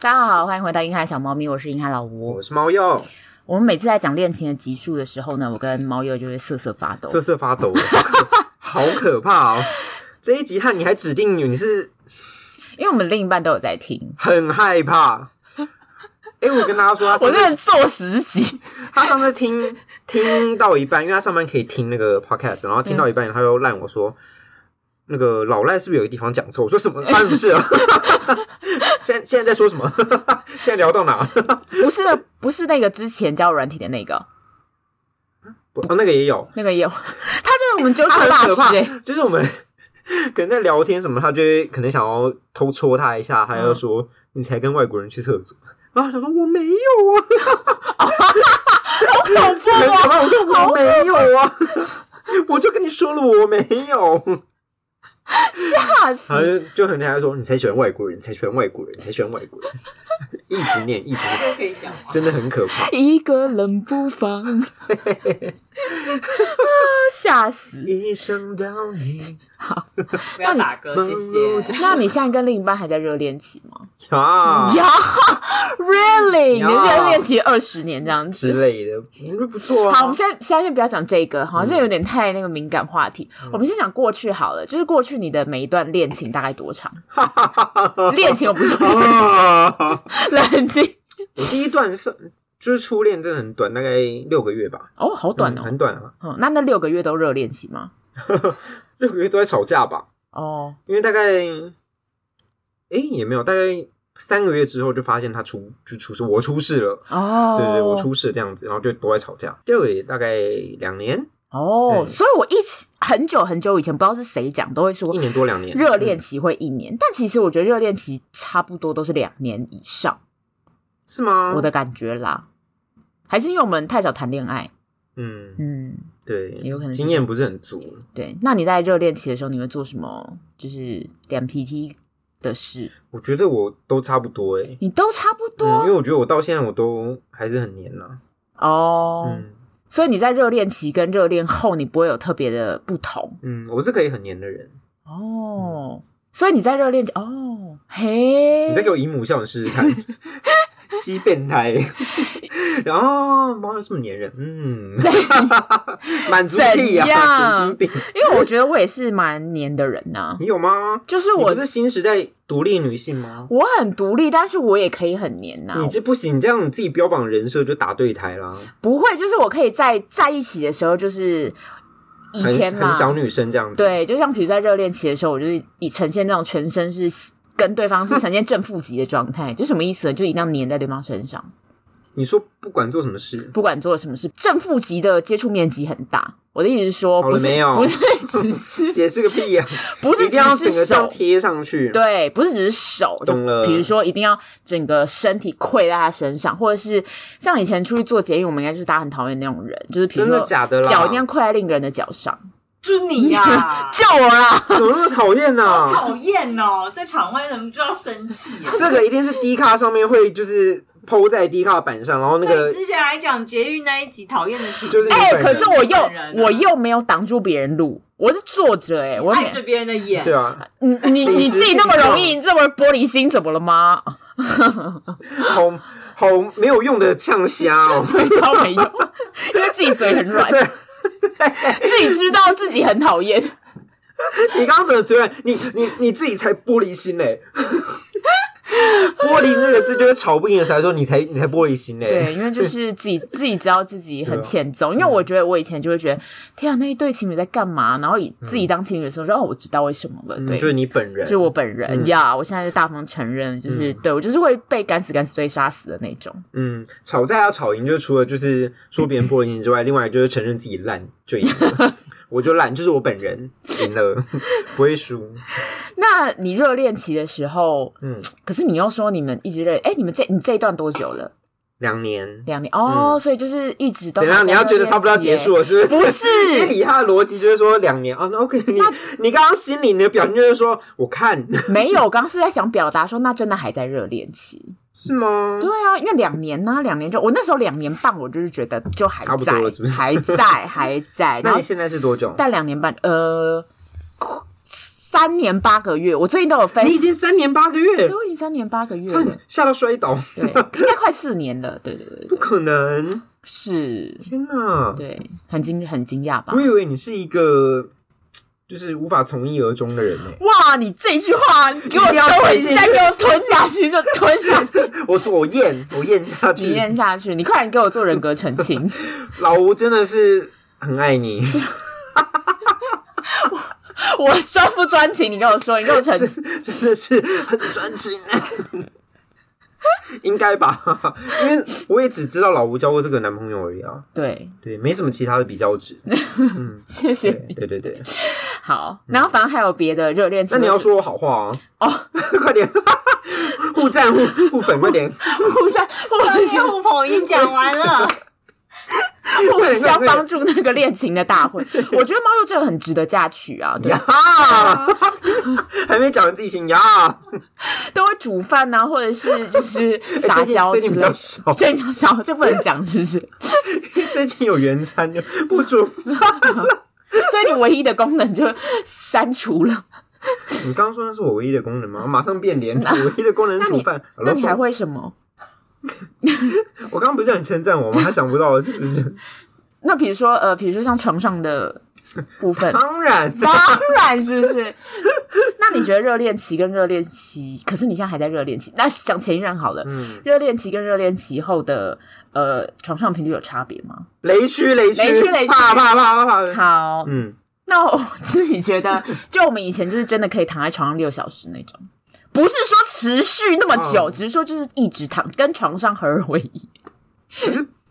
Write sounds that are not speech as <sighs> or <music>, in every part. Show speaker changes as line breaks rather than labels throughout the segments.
大家好，欢迎回到硬汉小猫咪，我是硬汉老吴
我。是猫鼬，
我们每次在讲恋情的集数的时候呢，我跟猫友就会瑟瑟发抖。
瑟瑟发抖，好可 <laughs> 好可怕哦！这一集和你还指定你是
因为我们另一半都有在听，
很害怕。哎、我跟大家说，他
我
上
真
次
的作死 <laughs> 己。
他上次听听到一半，因为他上班可以听那个 podcast，然后
嗯
听到一半，他又赖我说，那个老赖是不是有个地方讲错？我说什么？发生什么事了？ <laughs> 现在现在在说什么？ <laughs> 现在聊到哪？ <laughs>
不是不是那个之前交友软体的那个，
哦，那个也有，
那个也有， <laughs> 他就是我们纠
他
错
很
大 <laughs>
可怕
师、欸。，
<laughs> 就是我们可能在聊天什么，他就会可能想要偷戳他一下，他就说、你才跟外国人去厕所。”然后他说：“我没有啊，
恐怖
很可
哦！
怕我说：“我没有啊， <laughs> 我就跟你说了我没有。”
吓
然后
死！
就就很厉害说：“你才喜欢外国人，你才喜欢外国人，你才喜欢外国人。”一直念，一直念，
可以讲吗？
真的很可怕，
一个人不放， <laughs> 啊吓死！
一生到 <laughs> 你嗯
不要打嗝，谢谢。
那你现在跟另一半还在热恋期吗？
啊
<laughs> 呀、r e a l l y 你
呀
们现在恋情二十年这样
之
子。
类的，你说不错啊。
好，我们现在现在先不要讲这个，
嗯
好像这有点太那个敏感话题。我们先讲过去好了，就是过去你的每一段恋情大概多
<laughs>
长？恋情我不是
啊，
冷静
<laughs> 我第一段算就是初恋，真的很短，大概六个月吧，
哦，好短
嗯
哦。
很短啊，
嗯，那那六个月都热恋期吗？
六个月都在吵架吧，
哦，
因为大概，哎、也没有，大概三个月之后就发现他出就出事，我出事了，
哦，
对对对，我出事这样子，然后就都在吵架，这个也大概两年，
哦，
对
所以我一起很久很久以前，不知道是谁讲，都会说
一年多两年，
热恋
嗯
期会一年，但其实我觉得热恋期差不多都是两年以上，
是吗？
我的感觉啦，还是因为我们太少谈恋爱，
嗯，
嗯。
对，
有可能是
经验不是很足，
对，那你在热恋期的时候，你会做什么？就是脸皮踢的事，
我觉得我都差不多哎、诶
你都差不
嗯，因为
多
我觉得我到现在我都还是很黏呐、
哦。
嗯
所以你在热恋期跟热恋后，你不会有特别的不同
嗯，我是可以很黏的人。
哦。所以你在热恋期哦，嘿，
你再给我姨母笑，你试试
<laughs>
看，吸变态。然后猫又这么粘人，嗯，满足屁
怎样
啊，神经病！
因为我觉得我也是蛮黏的人呐、
你有吗？
就是
你
我
不是新时代独立女性吗？
我很独立，但是我也可以很黏呐、
你这不行，你这样你自己标榜人设就打对台啦。
不会，就是我可以在在一起的时候，就是以
很
前啦，
很小女生这样子，，
对，就像比如在热恋期的时候，我就是以呈现那种全身是跟对方是呈现正负极的状态，就什么意思呢？就一定要粘在对方身上，
你说不管做什么事，
不管做了什么事，正负极的接触面积很大。我的意思是说，
好了
不是
哦没有 <laughs>
不是只是
解释个屁呀、
<laughs> 不是
一定要
只
整
是
个这样
手，
贴上去。
对，不是只是手，就
懂了
比如说一定要整个身体跪在他身上，或者是像以前出去做捷运，我们应该就是大家很讨厌那种人，就是比如
真的
说
假的啦
脚一定要跪在另一个人的脚上，
啊就你呀，
嗯
救我啦！
怎么那么讨厌呢？
<laughs>
<laughs>
讨厌哦，在场外忍不住要生气耶。
这个一定是 D 卡上面会就是抛在 D 卡板上，然后那
那
个
你之前还讲捷运那一集讨厌的情，
就是你
哎、
本人
可是我又
本人啊
我又没有挡住别人路，我是坐着哎、我
碍着别人的眼
对。啊，
你嗯你你自己那么容易，你这么玻璃心，怎么了
<laughs>
吗？。
好好没有用的呛虾哦
<laughs> 对，超没
<laughs>
用，因为自己嘴很软， <laughs> 自己知道自己很讨
<laughs>
厌，
你刚刚怎么觉得你你你自己才玻璃心嘞？玻璃那个字就是吵不赢的时候，说你才你才玻璃心嘞。
对，因为就是自己自己知道自己
啊
很欠揍，因为我觉得我以前就会觉得，天啊，那一对情侣在干嘛？然后以自己当情侣的时候说，哦，我知道为什么了，
嗯，
对，
就是你本人，
就是我本人
嗯
呀我现在就大方承认，就是、对我就是会被敢死敢死队杀死的那种。
嗯，吵架要吵赢，就除了就是说别人玻璃心之外，另外就是承认自己烂就赢
<laughs>
了。我就烂，就是我本人赢了，不会输。
那你热恋期的时候，
嗯，
可是你又说你们一直热，哎、你们这你这一段多久了？
两年，
两年哦，所以就是一直都
嗯怎样？
还在
你要觉得差不多要
热恋
结
期
束了，是不是？
不是
因为你他的逻辑就是说两年啊，那 OK，你你刚刚心里你的表情就是说，
<laughs>
我看
耶？ <laughs> 没有，我刚刚是在想表达说，那真的还在热恋期。
是吗？
对啊，因为两年呢、两年就我那时候两年半，我就是觉得就还在，
差不多了是不是
还在，还在。然
<laughs> 那
后
你现在是多久？
但两年半，呃，三年八个月，我最近都有分
你，已经三年八个月，
都已经三年八个月
差
了
点，吓到摔倒，
对，应该快四年了，对对对
不
对，
可能！
是，
天哪，
对，啊很惊很惊讶吧
我？以为你是一个就是无法从一而终的人呢。
哇，你这句话你给我
一定要
收回
吞进
去，再
去
给我吞下去就吞下去，
我说我咽，我咽下
你
去。
咽下去，你快点给我做人格澄
嗯
清。
老吴真的是很爱你，
<laughs> 我专不专情？你跟我说，你跟我澄清。
<laughs> 真的是很专情。 <laughs> 应该吧， <laughs> 因为我也只知道老吴交过这个男朋友而已啊，
对，
对，没什么其他的比较值。嗯，
谢谢
对
你。 <laughs>
对对对，
好，然后反正还有别的热恋期，
那你要说我好话啊，
哦，
<laughs> 快点，互赞互互粉，
<laughs>
快点，
互
<laughs>
相互
商业
相
互捧已经讲完了，
互相帮助那个恋情的大会，我觉得猫肉这个很值得嫁娶啊，对 <laughs>
呀，还没讲完自己先呀，
都会煮饭啊，或者是就是
哎
撒
最近
娇
最
之
近比
类
较
的。
少， <laughs>
这你要少，这不能讲，是不是？
最近有原餐就不煮。
所以你唯一的功能就删除了。
你刚刚说那是我唯一的功
<laughs>
能吗？马上变脸，我唯一的功能是煮饭。
那你还
Hello？
会什么？
我刚刚不是很称赞我吗？他想不到了是
<laughs>
不是？
那比如说呃，比如说像床上的部
<laughs>
分，
当然，
当然是不是？那你觉得热恋期跟热恋期，可是你现在还在热恋期，那讲前一任好了。
嗯，
热恋期跟热恋期后的呃床上频率有差别吗？
雷区雷区
雷区雷区
啪啪啪啪啪。
好，
嗯，
那我自己觉得，就我们以前就是真的可以躺在床上六小时那种，不是说持续那么久，
嗯
只是说就是一直躺，跟床上合二为一。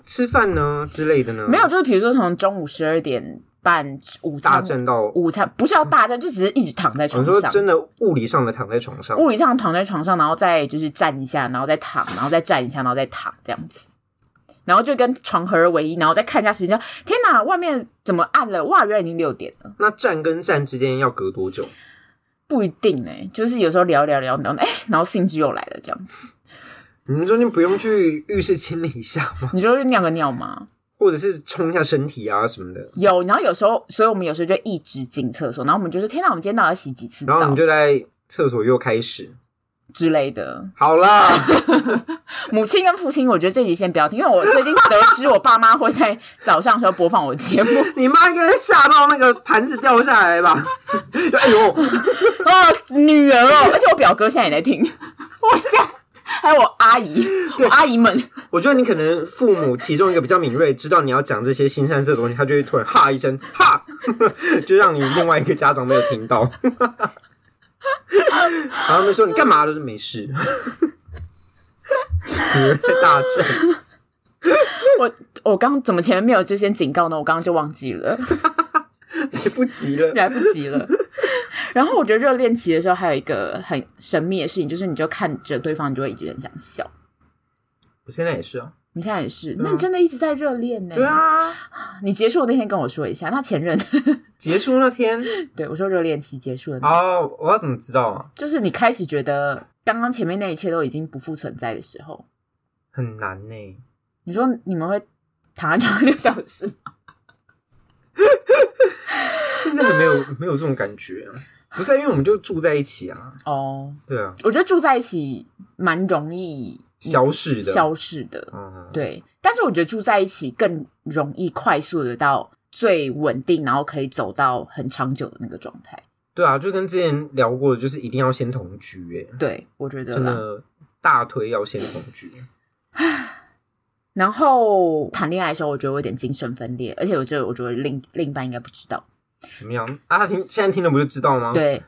吃饭呢之类的呢？
没有，就是比如说从中午十二点半午
大
餐，
震到。
午餐不是要大战，就只是一直躺在
我
床
说
上。
真的，物理上的躺在床上，
物理上躺在床上，然后再就是站一下，然后再躺，然后再站一下，然后再躺这样子，然后就跟床合而为一，然后再看一下时间，天哪，外面怎么暗了？哇，原来已经六点了，
那站跟站之间要隔多久？
不一定哎、就是有时候聊聊聊聊，哎、然后 <laughs> 兴致又来了，这样子，
你们中间不用去浴室清理一下吗？
哎
<laughs>
你就是尿个尿嘛，
或者是冲一下身体啊什么的？
有，然后有时候，所以我们有时候就一直进厕所，然后我们就说，天哪，我们今天到底要洗几次
然后
澡
你就在厕所又开始。
之类的。
好啦，
母亲跟父亲，我觉得这集先不要听，因为我最近得知我爸妈会在早上的时候播放我节目，
你妈应该会吓到那个盘子掉下来吧？ <laughs> 就哎呦，啊
哦，女儿哦，而且我表哥现在也在听， <laughs> 我吓，还有我阿姨，我阿姨们，
我觉得你可能父母其中一个比较敏锐，知道你要讲这些新三色的东西，他就会突然哈一声哈， <laughs> 就让你另外一个家长没有听到。 <laughs> 然后他们说你干嘛？啊就是没事。 <laughs> 女儿在大震，
我我哦刚怎么前面没有这些警告呢？我刚刚就忘记
<laughs>
了，
来不
<laughs>
及了。
来不及了。然后我觉得热恋期的时候，还有一个很神秘的事情，就是你就看着对方，你就会一直很想笑。
我现在也是啊，
你现在也是，
啊
那你真的一直在热恋呢、
对，啊，
你结束的那天跟我说一下。那前任， <laughs>
结束那天
对我说热恋期结束了，
哦，我要怎么知道啊？
就是你开始觉得刚刚前面那一切都已经不复存在的时候，
很难呢、
你说你们会躺在床上六小时
现在没有没有这种感觉啊，不是啊、因为我们就住在一起啊，
哦，
对啊，
我觉得住在一起蛮容易
消逝的，
消逝的，
嗯，
对。但是我觉得住在一起更容易快速的到最稳定，然后可以走到很长久的那个状态。
对啊，就跟之前聊过的，就是一定要先同居、欸，
对，我觉得
真
啦。
的大推要先同居，
然后谈恋爱的时候，我觉得我有点精神分裂，而且我觉得我觉得另另一半应该不知道。
怎么样啊？他听现在听了不就知道吗？，
对，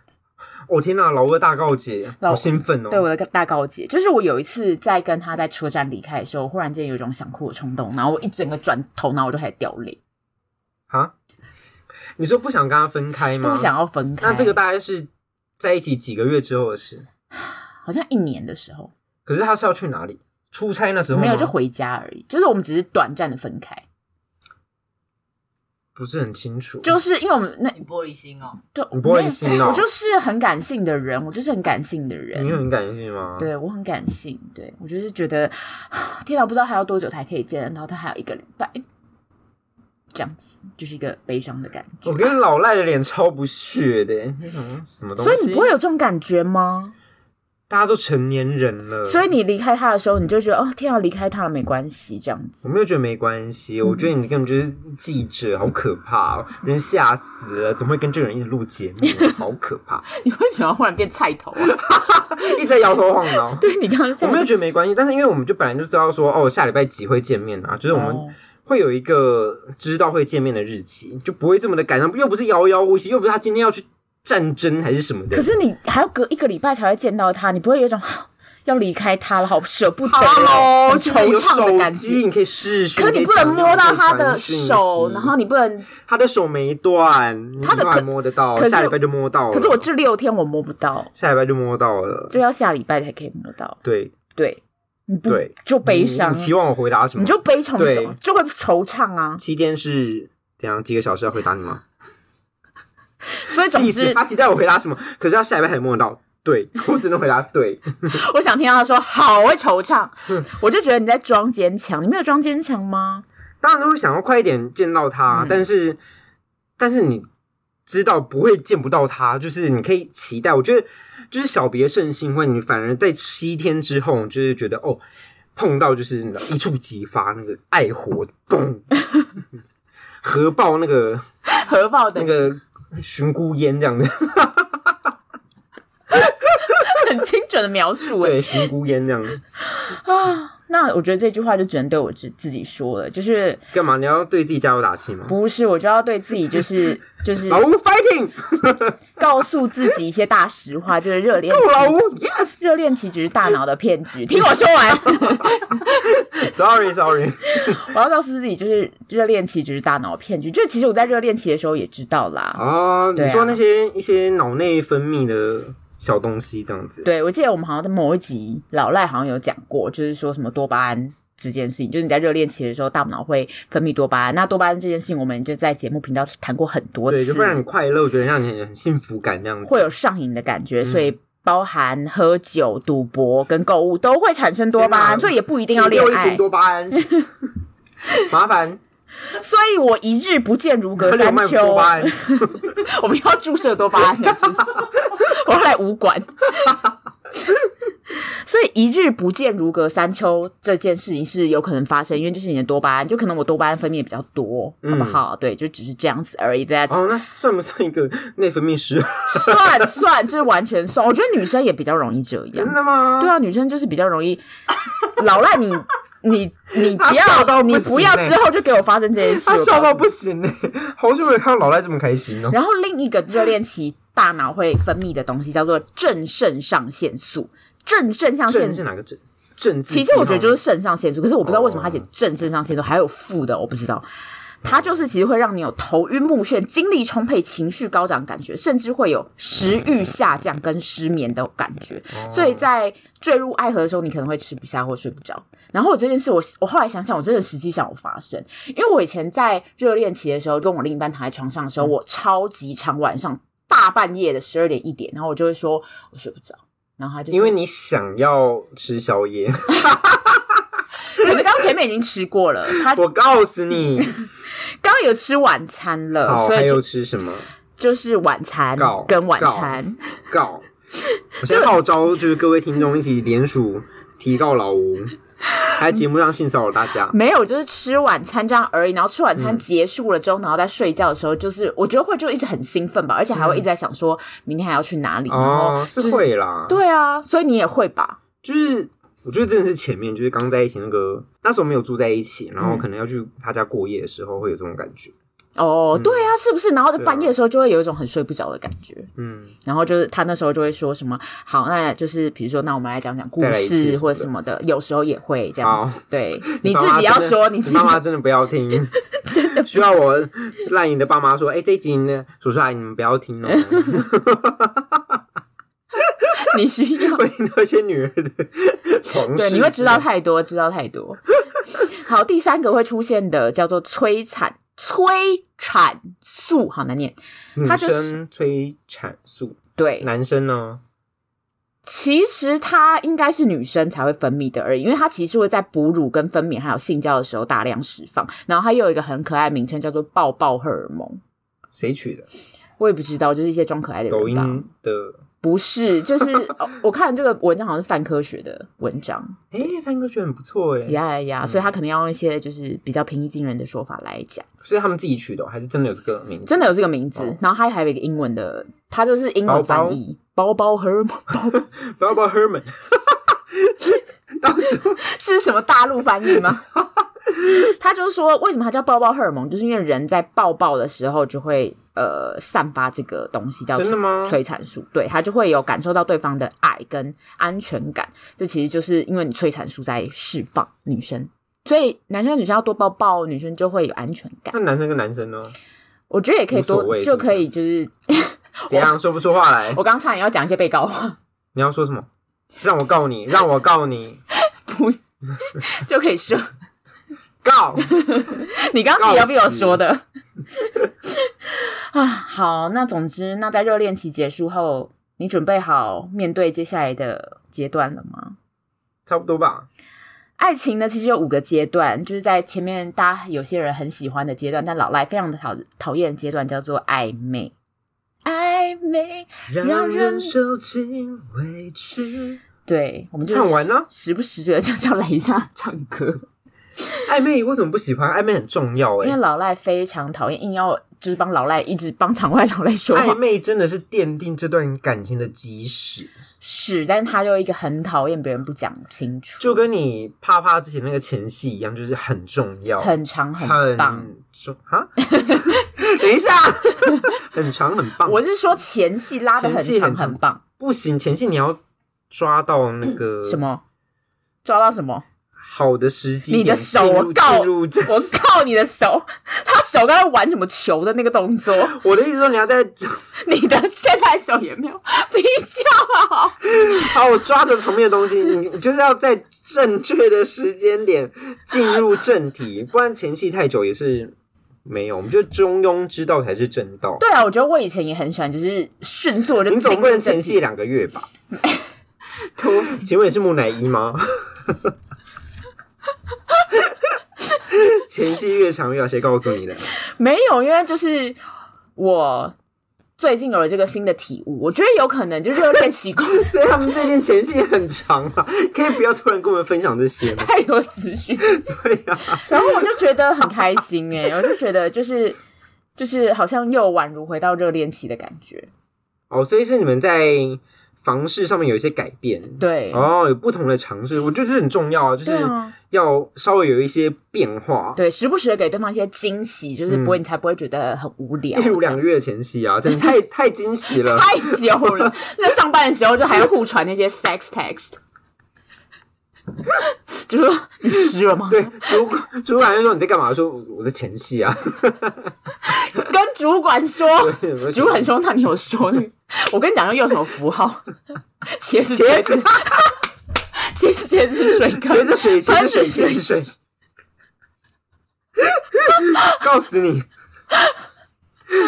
我、天哪，老二大告解，
老
好兴奋哦！
对我的大告解，就是我有一次在跟他在车站离开的时候，忽然间有一种想哭的冲动，然后我一整个转头，然后我就开始掉泪，
啊，你说不想跟他分开吗？
不想。要分开。
那这个大概是在一起几个月之后的事，
好像一年的时候。
可是他是要去哪里？出差那时候吗
没有，就回家而已。就是我们只是短暂的分开，
不是很清楚，
就是因为我们那
你玻璃心哦，
对，
你玻璃心哦
我就是很感性的人，我就是很感性的
你
人。
很感性吗？
对我很感性，对我就是觉得，天哪，不知道还要多久才可以见得到他，还有一个礼拜。这样子，就是一个悲伤的感觉
我。跟老赖的脸超不屑的，那种什么东西？
所以你不会有这种感觉吗？
大家都成年人了，
所以你离开他的时候，你就觉得哦，天啊，离开他了没关系，这样子。
我没有觉得没关系，我
嗯
觉得你根本就是记者，好可怕、哦，人吓死了，怎么会跟这个人一起录节目？好可怕，
<laughs> 你为什么忽然变菜头啊？ <laughs>
一直在摇头晃脑。
对你刚刚
我没有
在
觉得没关系，但是因为我们就本来就知道说，哦，下礼拜几会见面啊，就是我
哦
们会有一个知道会见面的日期，就不会这么的赶上，又不是遥遥无期，又不是他今天要去战争还是什么的。
可是你还要隔一个礼拜才会见到他，你不会有一种 <gasps> 啊要离开他了，好舍不得哦，
Hello，
很
现在
惆
有
怅的
手
感觉
机，。你可以试讯，
可你
以
不能
讲
摸到
可以
他
传
的
讯
手，
息
然后你不能。
他的手没断，你
他的
都
可
还摸得到
可，是
下礼拜就摸到了。
可是我这六天我摸不到，
下礼拜就摸到了，
就要下礼拜才可以摸到。
对，
对，你不
对
就悲
你
伤
你，期望我回答什么？
你就悲从
对
中就会惆怅啊。
七天是怎样？几个小时要回答你吗？
所以 <laughs> 总
气死！
之，
他期待我回答什么？可是他下礼拜还摸得到，对 <laughs> 我只能回答对。
我想听到他说好，我会惆怅。我就觉得你在装坚强，你没有装坚强吗？
<laughs> 当然都会想要快一点见到他，
嗯
但是但是你知道不会见不到他，就是你可以期待。我觉得就是小别胜新婚，你反而在七天之后，就是觉得哦，碰到就是你知道一触即发，那个爱火
<laughs>
嘣，核爆那个
核爆的
那个寻菇烟这
<laughs>
样的，
很精准的描述、欸，
对，寻菇烟这样的。
那我觉得这句话就只能对我自自己说了，就是
干嘛？你要对自己加油打气吗？
<laughs> 不是我就要对自己就是
<laughs>
就是
老吴 fighting，
告诉自己一些大实话，就是热恋期
够哦老吴
<laughs>
，yes。
热恋期只是大脑的骗局。听我说
<laughs>
完，
Sorry Sorry，
我要告诉自己，就是热恋期只是大脑的骗局。这其实我在热恋期的时候也知道啦。
哦，
对啊
你说那些一些脑内分泌的小东西这样子，
对，我记得我们好像在某一集老赖好像有讲过，就是说什么多巴胺这件事情，就是你在热恋期的时候，大脑会分泌多巴胺。那多巴胺这件事情，我们就在节目频道谈过很多次，
对，就会让你快乐，觉得让你很幸福感这样子。
会有上瘾的感觉，
嗯
所以包含喝酒、赌博跟购物都会产生多巴
天
胺，
哪
所以也不一定要恋
吃六啊一
爱
瓶。多巴
<laughs>
胺，麻烦
所以我一日不见如隔
喝六
三
曼
秋
多。巴胺，
我们要注射多巴
<laughs>
胺的，是不是？我要来武馆。 <laughs> 所以一日不见如隔三秋这件事情是有可能发生，因为就是你的多巴胺，就可能我多巴胺分泌比较多，
嗯
好不好？对，就只是这样子而已。大家
<laughs> 哦，那算不算一个内分泌失衡？
算算，这完全算。我觉得女生也比较容易这样
真。的吗？
对啊，女生就是比较容易老赖你。你你
她
不
笑
要
到
你
不
不
行
要
欸
之后就给我发生这件事，
他
我
笑
告
到
诉
不行呢，好久没有看到老赖这么开心哦。
欸然后另一个热恋期大脑会分泌的东西叫做正肾上腺素，正肾上腺
正
素
是。哪个正？正字
其实我觉得就是
记
肾上腺素，可是我不知道为什么
哦
它写正肾上腺素，还有负的，我不知道。它就是其实会让你有头晕目眩、精力充沛、情绪高涨的感觉，甚至会有食欲下降跟失眠的感觉。嗯所以在坠入爱河的时候，你可能会吃不下或睡不着。然后我这件事我，我后来想想，我真的实际上有发生，因为我以前在热恋期的时候，跟我另一半躺在床上的时
嗯
候，我超级常晚上大半夜的十二点一点，然后我就会说我睡不着，然后他就
号
说
因为你想要吃
<laughs>
宵夜，
我
<laughs>
们刚前面已经吃过了，他
我告
<laughs>
诉你，
刚刚有吃晚餐了，
好，
所
还
以
有
就
吃什么？
就是晚餐
告
跟晚餐， <laughs>
告！我现在号召就是各位听众一起联署提告老吴，还在节目上性骚扰大
<laughs>
家。
没有就是吃晚餐这样而已。然后吃晚
嗯
餐结束了之后，然后在睡觉的时候，就是我觉得会就一直很兴奋吧，而且还会一直在想说明天还要去哪嗯里，然后
嗯哦，
就是
会啦，
对啊，所以你也会吧？
就是我觉得真的是前面就是刚在一起那个，那时候没有住在一起，然
嗯
后可能要去他家过夜的时候会有这种感觉。
哦，对啊，是不是？然后就
嗯对啊
半夜的时候就会有一种很睡不着的感觉。
嗯，
然后就是他那时候就会说什么，好，那就是比如说，那我们来讲讲故
再来一次什么
事
的
或者什么的，有时候也会这样子。对，你自
爸妈
己要
真的
说，你自
你
己
爸妈真的不要听，
<laughs> 真的
需要我赖你的爸妈说，哎、这一集呢，叔叔阿姨你们不要听
<laughs>
哦，<laughs>
你需
<laughs>
要。
会听到一些女儿的同
对，
事，
你会知道太多，知道太多。 <laughs> 好，第三个会出现的叫做催产催产素，好难念。
女
他就是
生催产素，
对，
男生呢？
其实它应该是女生才会分泌的而已，因为它其实会在哺乳、跟分娩还有性交的时候大量释放。然后它又有一个很可爱的名称叫做“抱抱荷尔蒙
谁取的？”，
我也不知道，就是一些装可爱的
抖
人吧。
音的？
不是，就是哦我看这个文章好像是泛科学的文章，
哎、翻歌曲很不错哎、
呀呀呀，所以他可能要用一些就是比较平易近人的说法来讲。
所以他们自己取的哦、还是真的有这个名字？
真的有这个名字，
哦
然后它还有一个英文的，它就是英文翻译“包包荷尔蒙”，包
b a b a Herman，到时候
<laughs> 是什么大陆翻译吗？ <laughs> 他就是说，为什么它叫包包荷尔蒙，就是因为人在抱抱的时候就会呃散发这个东西叫
真的吗
催产素，对，他就会有感受到对方的爱跟安全感。这其实就是因为你催产素在释放女生，所以男生跟女生要多抱抱，女生就会有安全感。
那男生跟男生呢？
我觉得也可以
无所
多，
谓
就是
不是
可以就是， <laughs>？
怎样说不出话来
我刚差点要讲一些被告话，
你要说什么？让我告你，让我告你， <laughs>
不就可以说 <laughs>
告！
你刚刚也要被我说的 <laughs> 啊。好，那总之，那在热恋期结束后，你准备好面对接下来的阶段了吗？
差不多吧。
爱情呢，其实有五个阶段，就是在前面大家有些人很喜欢的阶段，但老赖非常的讨讨厌的阶段叫做暧昧。暧昧，让人
受尽委屈。
对我们就
唱完呢
时不时的就叫雷
<laughs>
莎唱歌，
暧昧为什么不喜欢？暧昧很重要哎、
因为老赖非常讨厌，硬要就是帮老赖一直帮场外老赖说话
暧。昧真的是奠定这段感情的基石，
是，但是他就一个很讨厌别人不讲清楚，
就跟你啪啪之前那个前戏一样，就是很重要，
很长
哦很
棒。
重哈。 <laughs> 等一下， <laughs> 很长很棒。
我是说前戏拉的很
前戏
长
很
很
长
棒，
不行，前戏你要抓到那个
<clears throat> 什么抓到什么？
好的时机点，
你的手
进入
我告
进入这
我靠你的手，他手刚才玩什么球的那个动
<laughs>
作，
我的意思说，你要在
你的现在手也没有比较好。
好，我抓着旁边的东西，你你就是要在正确的时间点进入正题，不然前戏太久也是没有。我们就中庸之道才是正道。
对啊，我觉得我以前也很喜欢，就是迅速地就
你
进
总不
入
能
正
前
题
戏。两个月 <laughs> 吧？ <laughs> 请问你是木乃伊吗？ <laughs> 前戏越长越好，谁告诉你的？
没有，因为就是我最近有了这个新的体悟，我觉得有可能就热恋期过
<laughs> 所以他们最近前戏很长啊，可以不要突然跟我们分享这些吗？
太多资讯。
对啊呀、
然后我就觉得很开心哎、 <laughs> 我就觉得就是就是好像又宛如回到热恋期的感觉。
哦，所以是你们在房事上面有一些改变，
对，
哦，有不同的尝试，我觉得这很重要啊，就是
对啊
要稍微有一些变化。
对，时不时的给对方一些惊喜，
嗯
就是不会、你才不会觉得很无
<laughs>
聊。
例如两个月前期啊，真的 <laughs> 太太惊喜了。
太久了，
<laughs>
在上班的时候就还要互传那些 sex text，就说你湿了吗？
对，主管主管就说你在干嘛？我说我在前戏啊。
跟主管说，
对我在前戏
主管说那你有说那个？我跟你讲要用什么符号？ <laughs> 茄子，
茄子，
茄子，茄子
<laughs>
是水缸，
茄子水，茄
番
子
水
水，茄子水。 <laughs> 告诉你，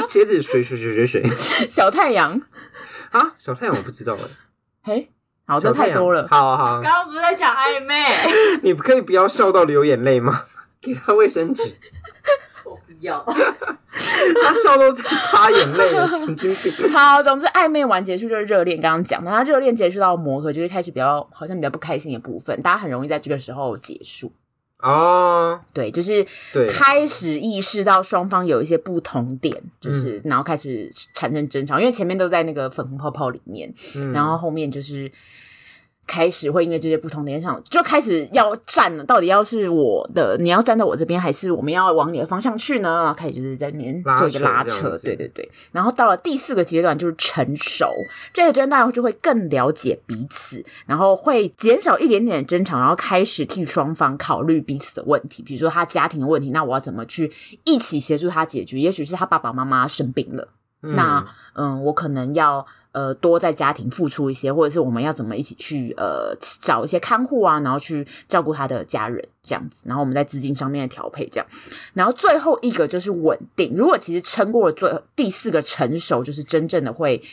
茄子水水水水水
小太阳。
啊！小太阳我不知道哎、
嘿，好，这
小太
太
阳
多了。
好好，好
刚刚不是在讲暧昧？
你可以不要笑到流眼泪吗？给他卫生纸。
我不要。
他笑都在擦眼泪了，神经病。
好，总之暧昧完结束就是热恋，刚刚讲的，那热恋结束到磨合，就是开始比较好像比较不开心的部分，大家很容易在这个时候结束。
哦，
对，就是
对
开始意识到双方有一些不同点，
嗯
就是、然后开始产生争吵，因为前面都在那个粉红泡泡里面，
嗯
然后后面就是开始会因为这些不同点上，就开始要站了，到底要是我的，你要站到我这边，还是我们要往你的方向去呢？然后开始就是在那边
拉
做一个
扯
拉
这样
扯，
子
对对对。然后到了第四个阶段就是成熟，这个阶段就会更了解彼此，然后会减少一点点争吵，然后开始替双方考虑彼此的问题，比如说他家庭的问题，那我要怎么去一起协助他解决？也许是他爸爸妈妈生病了。那嗯，我可能要呃多在家庭付出一些，或者是我们要怎么一起去呃找一些看护啊，然后去照顾他的家人这样子，然后我们在资金上面的调配这样，然后最后一个就是稳定。如果其实撑过了最第四个成熟，就是真正的会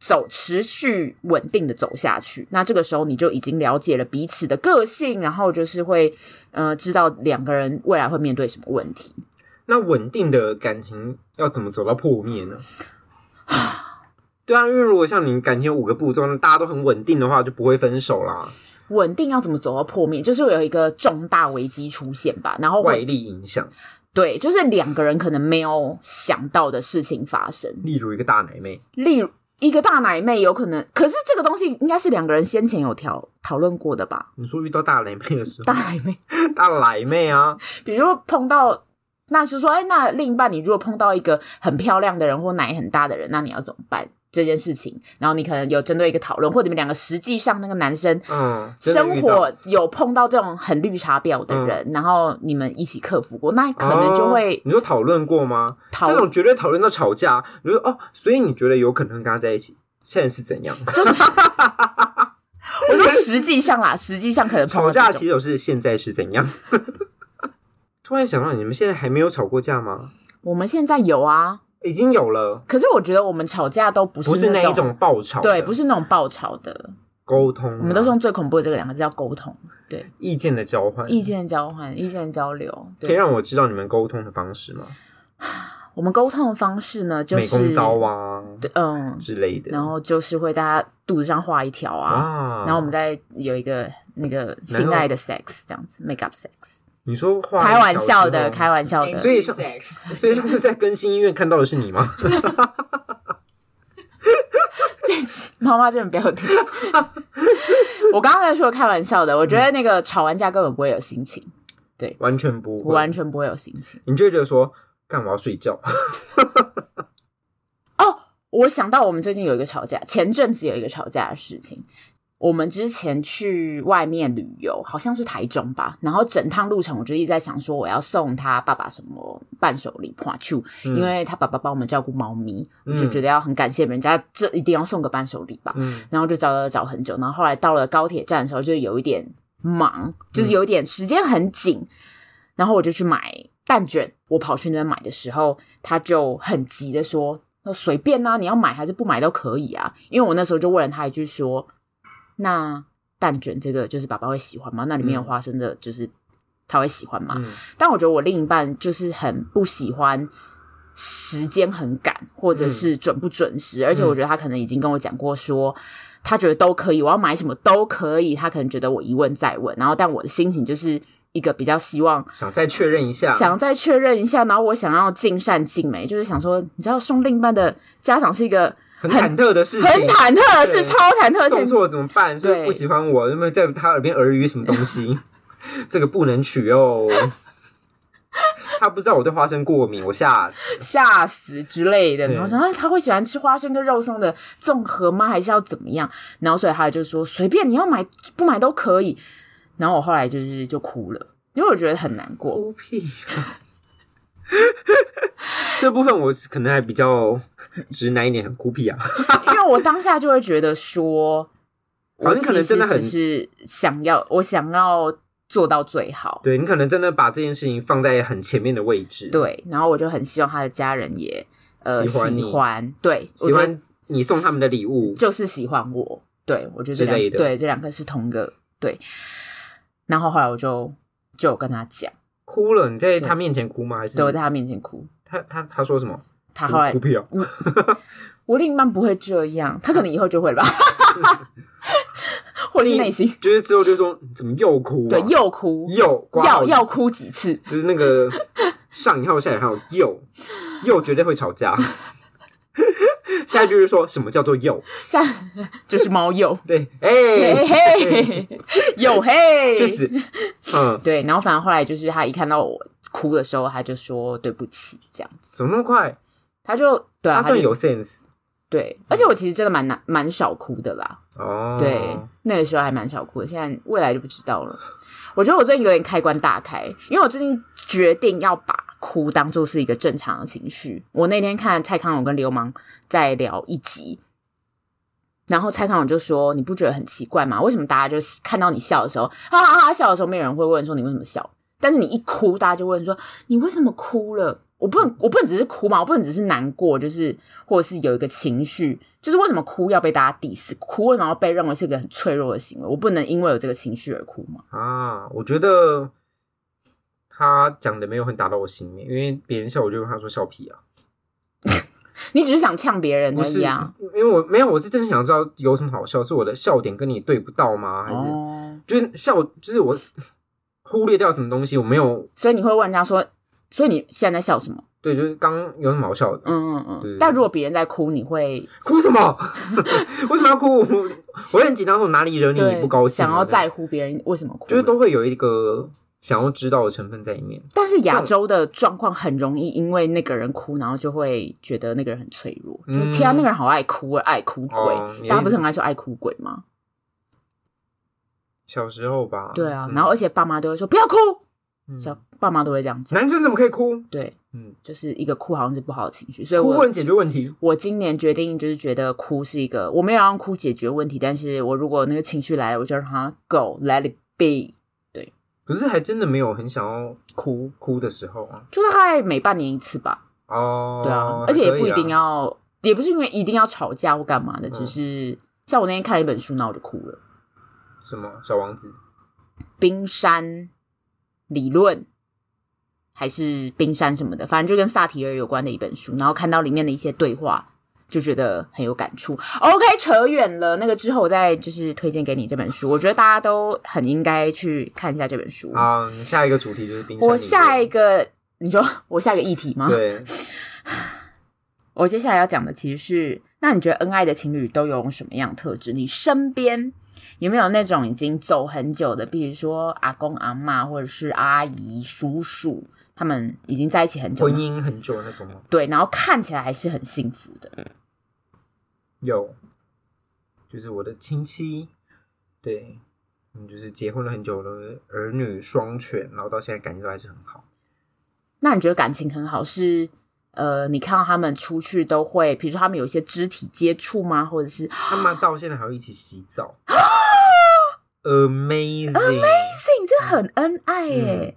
走持续稳定的走下去。那这个时候你就已经了解了彼此的个性，然后就是会呃知道两个人未来会面对什么问题。
那稳定的感情要怎么走到破灭呢？ <sighs> 对啊，因为如果像你感情有五个步骤，那大家都很稳定的话，就不会分手啦。
稳定要怎么走到破灭？就是有一个重大危机出现吧，然后
外
会
力影响，
对，就是两个人可能没有想到的事情发生。
例如一个大奶妹，
例如一个大奶妹有可能，可是这个东西应该是两个人先前有讨讨论过的吧？
你说遇到大奶妹的时候
大，奶妹，
大奶妹啊，
比如说碰到，那是说，哎，那另一半你如果碰到一个很漂亮的人或奶很大的人，那你要怎么办？这件事情，然后你可能有针对一个讨论，或者你们两个实际上那个男生
嗯，真的
生
遇到嗯
活有碰到这种很绿茶婊的人，然后你们一起克服过，那可能就
哦
会
你说讨论过吗？
讨
这种绝对讨论到吵架，你就说哦，所以你觉得有可能跟他在一起，现在是怎样？ <laughs>
就是。我说实际上啦， <laughs> 实际上可能碰
哦吵
到这
架
种
其实是现在是怎样？ <laughs> 突然想到，你们现在还没有吵过架吗？
我们现在有啊，
已经有了，
可是我觉得我们吵架都不是
不是那
种
一种爆吵的，
对，不是那种爆吵的，
沟通啊，
我们都是用最恐怖的这个两个字叫沟通，
嗯
对，
意见的交换，
意见交换、意见交流。
可以
对，
让我知道你们沟通的方式吗？
我们沟通的方式呢，就
美工
是
刀啊
对，嗯，
之类的，
然后就是会大家肚子上画一条啊，
啊，
然后我们再有一个那个性爱的 sex 这样子，make up sex，
你说话
开玩笑的，开
玩
玩笑的，
嗯所以是
sex，
哦 <laughs> 所以上次在更新医院看到的是你吗？
<laughs> 这集妈妈真的不要听。 <laughs> 我刚刚才说的开玩笑的，我觉得那个吵完架根本不会有心情，
完全不
我
会，
完全不会有心情。
你就会觉得说，干嘛要睡觉？
哦，我想到我们最近有一个吵架，前阵子有一个吵架的事情。我们之前去外面旅游，好像是台中吧，然后整趟路程我就一直在想说，我要送他爸爸什么伴手礼花去，
嗯
因为他爸爸帮我们照顾猫咪，
嗯
我就觉得要很感谢人家，这一定要送个伴手礼吧。
嗯，
然后就找找找很久，然后后来到了高铁站的时候，就有一点忙，就是有一点时间很紧，然后我就去买蛋卷。我跑去那边买的时候，他就很急的说：“那随便啊，你要买还是不买都可以啊。”因为我那时候就问了他一句说：“那蛋卷这个就是爸爸会喜欢吗？那里面有
嗯
花生的，就是他会喜欢吗？”
嗯
但我觉得我另一半就是很不喜欢时间很赶，或
嗯
者是准不准时，而且我觉得他可能已经跟我讲过说。他觉得都可以，我要买什么都可以。他可能觉得我一问再问，然后但我的心情就是一个比较希望
想再确认一下，
想再确认一下，然后我想要尽善尽美，就是想说，你知道送另一半的家长是一个
很忐忑的事情，
很忐忑的事，
对
超忐忑，而且
送错了怎么办？是不是
对
不喜欢我，那么在他耳边耳语什么东
<laughs>
西？这个不能取哦。他不知道我对花生过敏，我吓死。
吓死之类的，
对
然后想啊，他会喜欢吃花生跟肉松的综合吗？还是要怎么样？然后所以他就说随便你要买不买都可以。然后我后来就是就哭了，因为我觉得很难过。
狗屁！这部分我可能还比较直男一点，很孤僻啊。
<laughs> 因为我当下就会觉得说，我
哦你可
其
能
实
真的很
只是想要，我想要做到最好，
对你可能真的把这件事情放在很前面的位置，，
对。然后我就很希望他的家人也呃
喜欢你
喜欢，对，我
喜
觉得
欢你送他们的礼物，
就是喜欢我，对我觉得这
之类
两
的
对这两个是同一个对。然后后来我就就有跟他讲，
哭了，你在他面前哭吗？还是
对我在他面前哭，
他他他说什么？
他后来
孤僻啊！
我另一半不会这样，他可能以后就会
<laughs>
了吧， <laughs> 或是内心
就是之后就说怎么又哭、啊？
对又哭
又刮
要
到
要哭几次，
就是那个上引号下引号又又绝对会吵
<laughs>
架。下一句就是说什么叫做又？ <laughs>
像就是猫又
对，哎、
嘿嘿又嘿，
<laughs> 就是嗯，
对，然后反正后来就是他一看到我哭的时候，他就说对不起这样子，
怎么那么快？
他就对啊，
他
他就
算有 sense
对，而且我其实真的蛮难蛮少哭的啦，
哦。
对，那个时候还蛮少哭的，现在未来就不知道了。我觉得我最近有点开关大开，因为我最近决定要把哭当做是一个正常的情绪。我那天看蔡康永跟流氓在聊一集，然后蔡康永就说：“你不觉得很奇怪吗？为什么大家就是看到你笑的时候，哈哈哈哈笑的时候，没有人会问说你为什么笑，但是你一哭，大家就问说你为什么哭了？我不能，我不能只是哭嘛，我不能只是难过，就是或者是有一个情绪，就是为什么哭要被大家 diss，哭为什么要被认为是个很脆弱的行为？我不能因为有这个情绪而哭嘛？
啊，我觉得他讲的没有很打到我心里，因为别人笑我就跟他说笑屁啊，
你只是想呛别人
不
而
是，
已啊。
因为我没有，我是真的想知道有什么好笑，是我的笑点跟你对不到吗？还是、
哦，
就是笑，就是我忽略掉什么东西，我没有
所以你会问人家说，所以你现在在笑什么？
对，就是刚刚有什么好笑的？
嗯嗯
对
嗯。但如果别人在哭，你会
哭什么？ <laughs> 为什么要哭？ <laughs> 我我很紧张，我哪里惹
对
你不高兴了？
想要
这样
在乎别人为什么哭？
就是都会有一个想要知道的成分在里面。
但是亚洲的状况很容易，因为那个人哭，然后就会觉得那个人很脆弱，
嗯
就是天啊，那个人好爱哭，爱哭鬼，
哦你的意思
大家不是很爱说爱哭鬼吗？
小时候吧，
对啊，
嗯
然后而且爸妈都会说不要哭，
嗯
小爸妈都会这样子，
男生怎么可以哭？
对，
嗯，
就是一个哭好像是不好的情绪，所以
哭
我
问解决问题。
我今年决定就是觉得哭是一个我没有让哭解决问题，但是我如果那个情绪来了，我就让它 go，let it be，
可是还真的没有很想要
哭
哭的时候啊。
就大概每半年一次吧，
哦，
对啊，而且也不一定
还可以啊。嗯
要，也不是因为一定要吵架或干嘛的，只是像我那天看了一本书，那我就哭了，
什么小王子？
《冰山理论》还是冰山什么的，反正就跟萨提尔有关的一本书，然后看到里面的一些对话。就觉得很有感触。OK，扯远了。那个之后，我再就是推荐给你这本书，我觉得大家都很应该去看一下这本书。
啊，你下一个主题就是冰山理论。
我下一个，你说我下一个议题吗？
对，
我接下来要讲的其实是，那你觉得恩爱的情侣都有什么样的特质？你身边有没有那种已经走很久的，比如说阿公阿嬷或者是阿姨叔叔，他们已经在一起很久
婚
了，
姻很久的那种吗？
对，然后看起来还是很幸福的，
有，就是我的亲戚，对，嗯，就是结婚了很久的儿女双全，然后到现在感情都还是很好。
那你觉得感情很好是？呃，你看到他们出去都会，比如说他们有一些肢体接触吗？或者是
他们到现在还会一起洗
<gasps>
澡，amazing，
性这很恩爱
嗯
耶、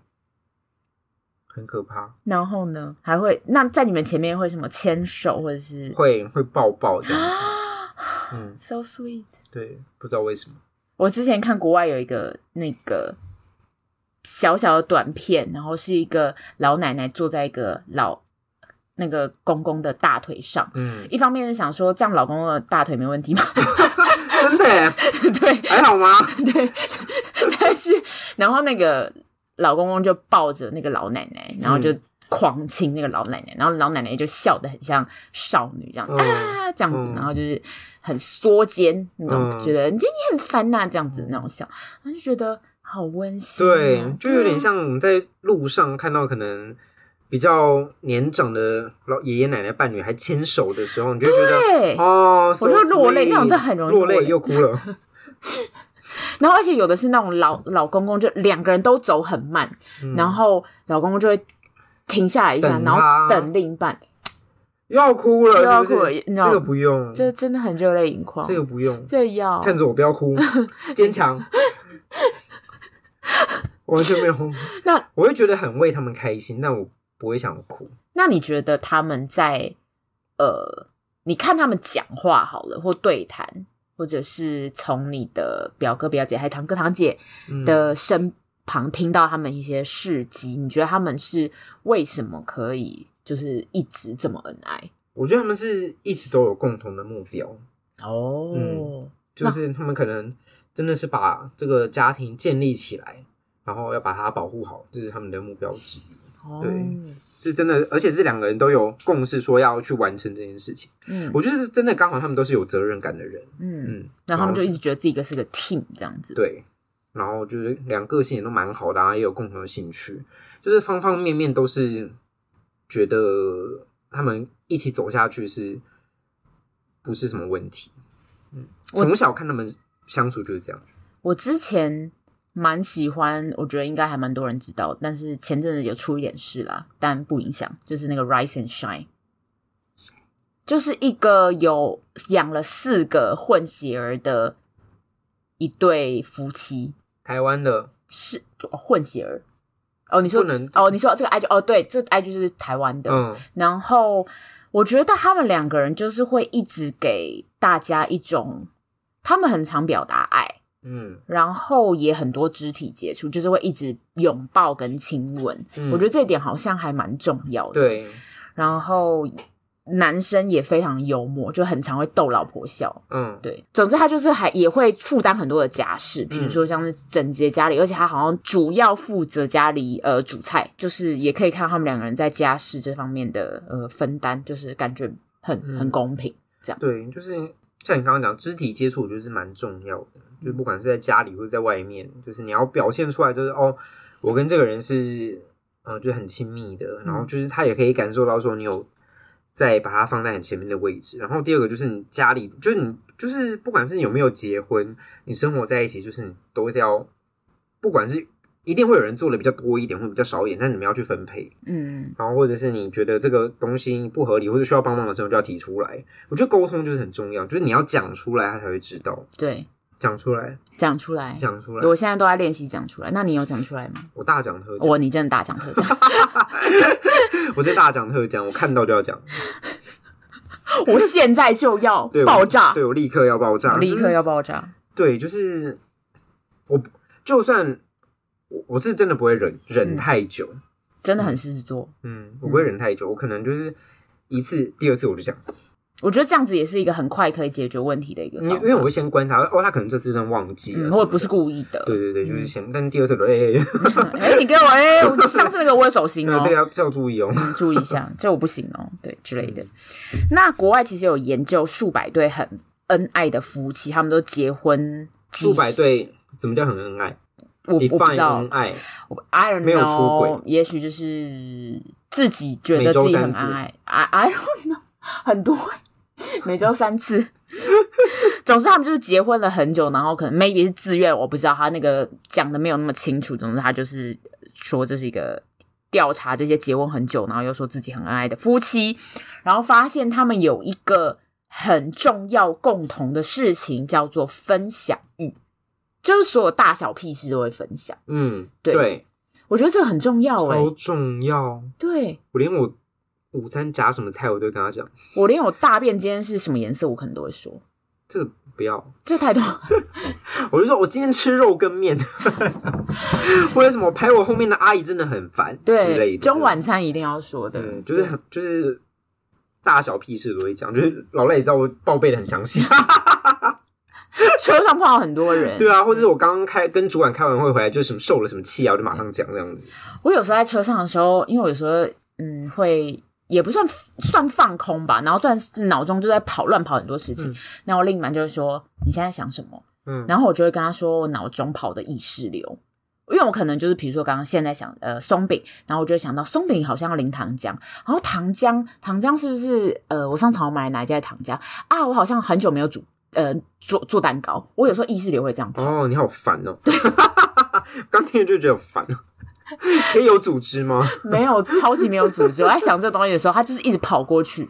很可怕，
然后呢，还会那在你们前面会什么牵手或者是
会会抱抱这样子。
啊
嗯，
，so sweet。
对，不知道为什么。
我之前看国外有一个那个小小的短片，然后是一个老奶奶坐在一个老那个公公的大腿上， <laughs>
嗯，
一方面是想说这样老公公的大腿没问题吗？
真的耶
对
还
<laughs>
好吗？
对，但是然后那个老公公就抱着那个老奶奶，然后
嗯
就狂亲那个老奶奶，然后老奶奶就笑得很像少女这样、
嗯
啊这样子，
嗯
然后就是很缩肩那种，
嗯
觉得你今天很烦呐、这样子那种笑，然后就觉得好温馨哦、
对，就有点
啊。
像我们在路上看到可能比较年长的老爷爷奶奶伴侣还牵手的时候，你就会觉得
对，
哦，
我就落泪那种真的很容易
落
落
泪
泪
又哭
<laughs>
了。
然后而且有的是那种老老公公，就两个人都走很慢，
嗯
然后老公公就会停下来一下，
等
然后
他
等另一半，
要哭了，
又要
是不
哭了
是
你知道
这个不用，
这真的很热泪盈眶。
这个不用，
这要
看着我不要
<laughs>
哭，坚强，完全没有。
<laughs> 那
我会觉得很为他们开心，但我不会想哭。
那你觉得他们在呃，你看他们讲话好了，或对谈，或者是从你的表哥表姐还有堂哥堂姐
嗯，
的身旁听到他们一些事迹，你觉得他们是为什么可以就是一直这么恩爱？
我觉得他们是一直都有共同的目标，
哦
嗯就是他们可能真的是把这个家庭建立起来，然后要把它保护好，这、是他们的目标之一。
哦，
对是真的，而且这两个人都有共识，说要去完成这件事情。
嗯
我觉得是真的，刚好他们都是有责任感的人。
嗯，
嗯，
然后他们就一直觉得自己个是个 team 这样子，
对，然后就是两个性也都蛮好的、啊，也有共同的兴趣，就是方方面面都是觉得他们一起走下去是不是什么问题？嗯，
我
从小看他们相处就是这样。
我之前蛮喜欢，我觉得应该还蛮多人知道，但是前阵子有出一点事啦，但不影响，就是那个 Rise and Shine，就是一个有养了四个混血儿的一对夫妻，
台湾的
是、哦混血儿，哦，你说
不能
哦，你说这个 IG 哦，对，这 IG 就是台湾的。
嗯，
然后我觉得他们两个人就是会一直给大家一种，他们很常表达爱，
嗯，
然后也很多肢体接触，就是会一直拥抱跟亲吻。
嗯
我觉得这一点好像还蛮重要的。，
对，
然后男生也非常幽默，就很常会逗老婆笑。
嗯，
对，总之他就是还也会负担很多的家事，
嗯
比如说像是整洁家里，而且他好像主要负责家里呃煮菜，就是也可以看他们两个人在家事这方面的呃分担，就是感觉很
嗯
很公平。
对，就是像你刚刚讲，肢体接触我觉得是蛮重要的，就不管是在家里或者在外面，就是你要表现出来，就是哦，我跟这个人是呃，就是很亲密的，然后就是他也可以感受到说你有在把它放在很前面的位置。然后第二个就是你家里，就是你就是不管是有没有结婚，你生活在一起，就是你都是要，不管是一定会有人做的比较多一点，或者比较少一点，但你们要去分配。
嗯，
然后或者是你觉得这个东西不合理或者需要帮忙的时候，就要提出来。我觉得沟通就是很重要，就是你要讲出来，他才会知道。
对，
讲出来，
讲出来。
讲出来
我，现在都在练习讲出来，那你有讲出来吗？
我大讲特讲，
我你真的大讲特讲，
我这大讲特讲，我看到就要讲，
我现在就要
<laughs> 对，我
爆炸，
对我立刻要爆炸，
我立
就
刻
是
要爆炸。
对，就是我就算我我是真的不会忍忍
嗯
太久，
真的很狮子座，
嗯，我不会忍太久，我可能就是一次、第二次我就讲，
我觉得这样子也是一个很快可以解决问题的一个
因
方
为
法。
因为我会先观察，哦，他可能这次真的忘记了，
嗯，或者不是。故意的。嗯
对对对，就是先，但第二次就哎哎，
<laughs>
哎
哎、你给我哎、我上次那个我有走
<laughs>
心
那
哦
<laughs> 这个，要这要注意哦。
嗯注意一下，这我不行哦，对之类的。
嗯
那国外其实有研究数百对很恩爱的夫妻，他们都结婚几
数百
十，
对，怎么叫很恩爱
我我不知
？define 嗯
道
恩爱，
我，I don't
没有出
know，
轨
也许就是自己觉得自己很
每周三次
恩爱，I I don't know，很 <laughs> 多欸、每周三次。 <laughs> 总之，他们就是结婚了很久，然后可能 maybe 是自愿，我不知道他那个讲的没有那么清楚。总之，他就是说这是一个调查这些结婚很久，然后又说自己很恩爱的夫妻，然后发现他们有一个很重要共同的事情，叫做分享欲，就是所有大小屁事都会分享。
嗯，
对
对，
我觉得这个很重要哎、
超重要。
对
我连我午餐夹什么菜，我都会跟他讲，
我连我大便今天是什么颜色，我可能都会说，
这个不要。
这太多。
我就说我今天吃肉跟面， <laughs> 为什么排我后面的阿姨真的很烦之类
对，
的。
中晚餐一定要说的，
嗯，就是很就是大小屁事都会讲，就是老赖也知道我报备的很详细。
车上碰到很多人。
<laughs> 对啊，或者是我刚刚开跟主管开完会回来，就是什么受了什么气啊，我就马上讲这样子。
我有时候在车上的时候，因为我有时候嗯会也不算算放空吧，然后但是脑中就在跑乱跑很多事情。
嗯
然后我另一半就会说你现在想什么？
嗯，
然后我就会跟他说我脑中跑的意识流。因为我可能就是，比如说刚刚现在想呃松饼，然后我就会想到松饼好像要淋糖浆，然后糖浆糖浆是不是呃我上次好像买哪一家的糖浆啊？我好像很久没有煮呃做做蛋糕，我有时候意识流会这样跑。
哦，你好烦哦！ <laughs> 刚听着就觉得烦，哦可以有组织吗？
没有，超级没有组织。我在想这东西的时候，他就是一直跑过去。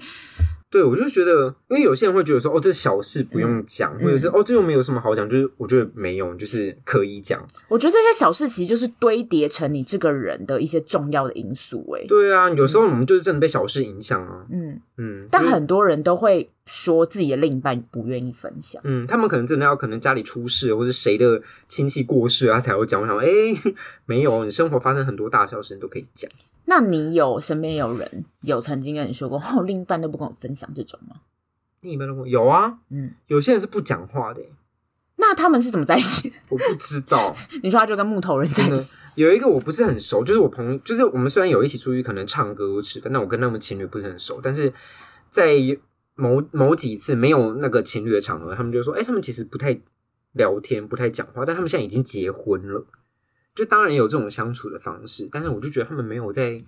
对，我就觉得，因为有些人会觉得说，哦，这小事不用讲，
嗯
或者是哦，这又没有什么好讲，就是我觉得没用，就是可以讲。
我觉得这些小事其实就是堆叠成你这个人的一些重要的因素、欸。
对啊，有时候我们就是真的被小事影响啊。
嗯，
嗯，
但
就是
很多人都会说自己的另一半不愿意分享。
嗯，他们可能真的要可能家里出事，或者谁的亲戚过世啊，才会讲。我想，哎、 <laughs> 没有，你生活发生很多大小事，你都可以讲。
那你有身边有人有曾经跟你说过，哦，另一半都不跟我分享这种吗？
另一半都会有啊，
嗯，
有些人是不讲话的、
那他们是怎么在一起？
我不知道。
你说他就跟木头人在
真
一
的
起？
有一个我不是很熟，就是我朋友，就是我们虽然有一起出去可能唱歌吃饭，但我跟他们情侣不是很熟，但是在某某几次没有那个情侣的场合，他们就说，哎、他们其实不太聊天，不太讲话，但他们现在已经结婚了，就当然也有这种相处的方式，但是我就觉得他们没有在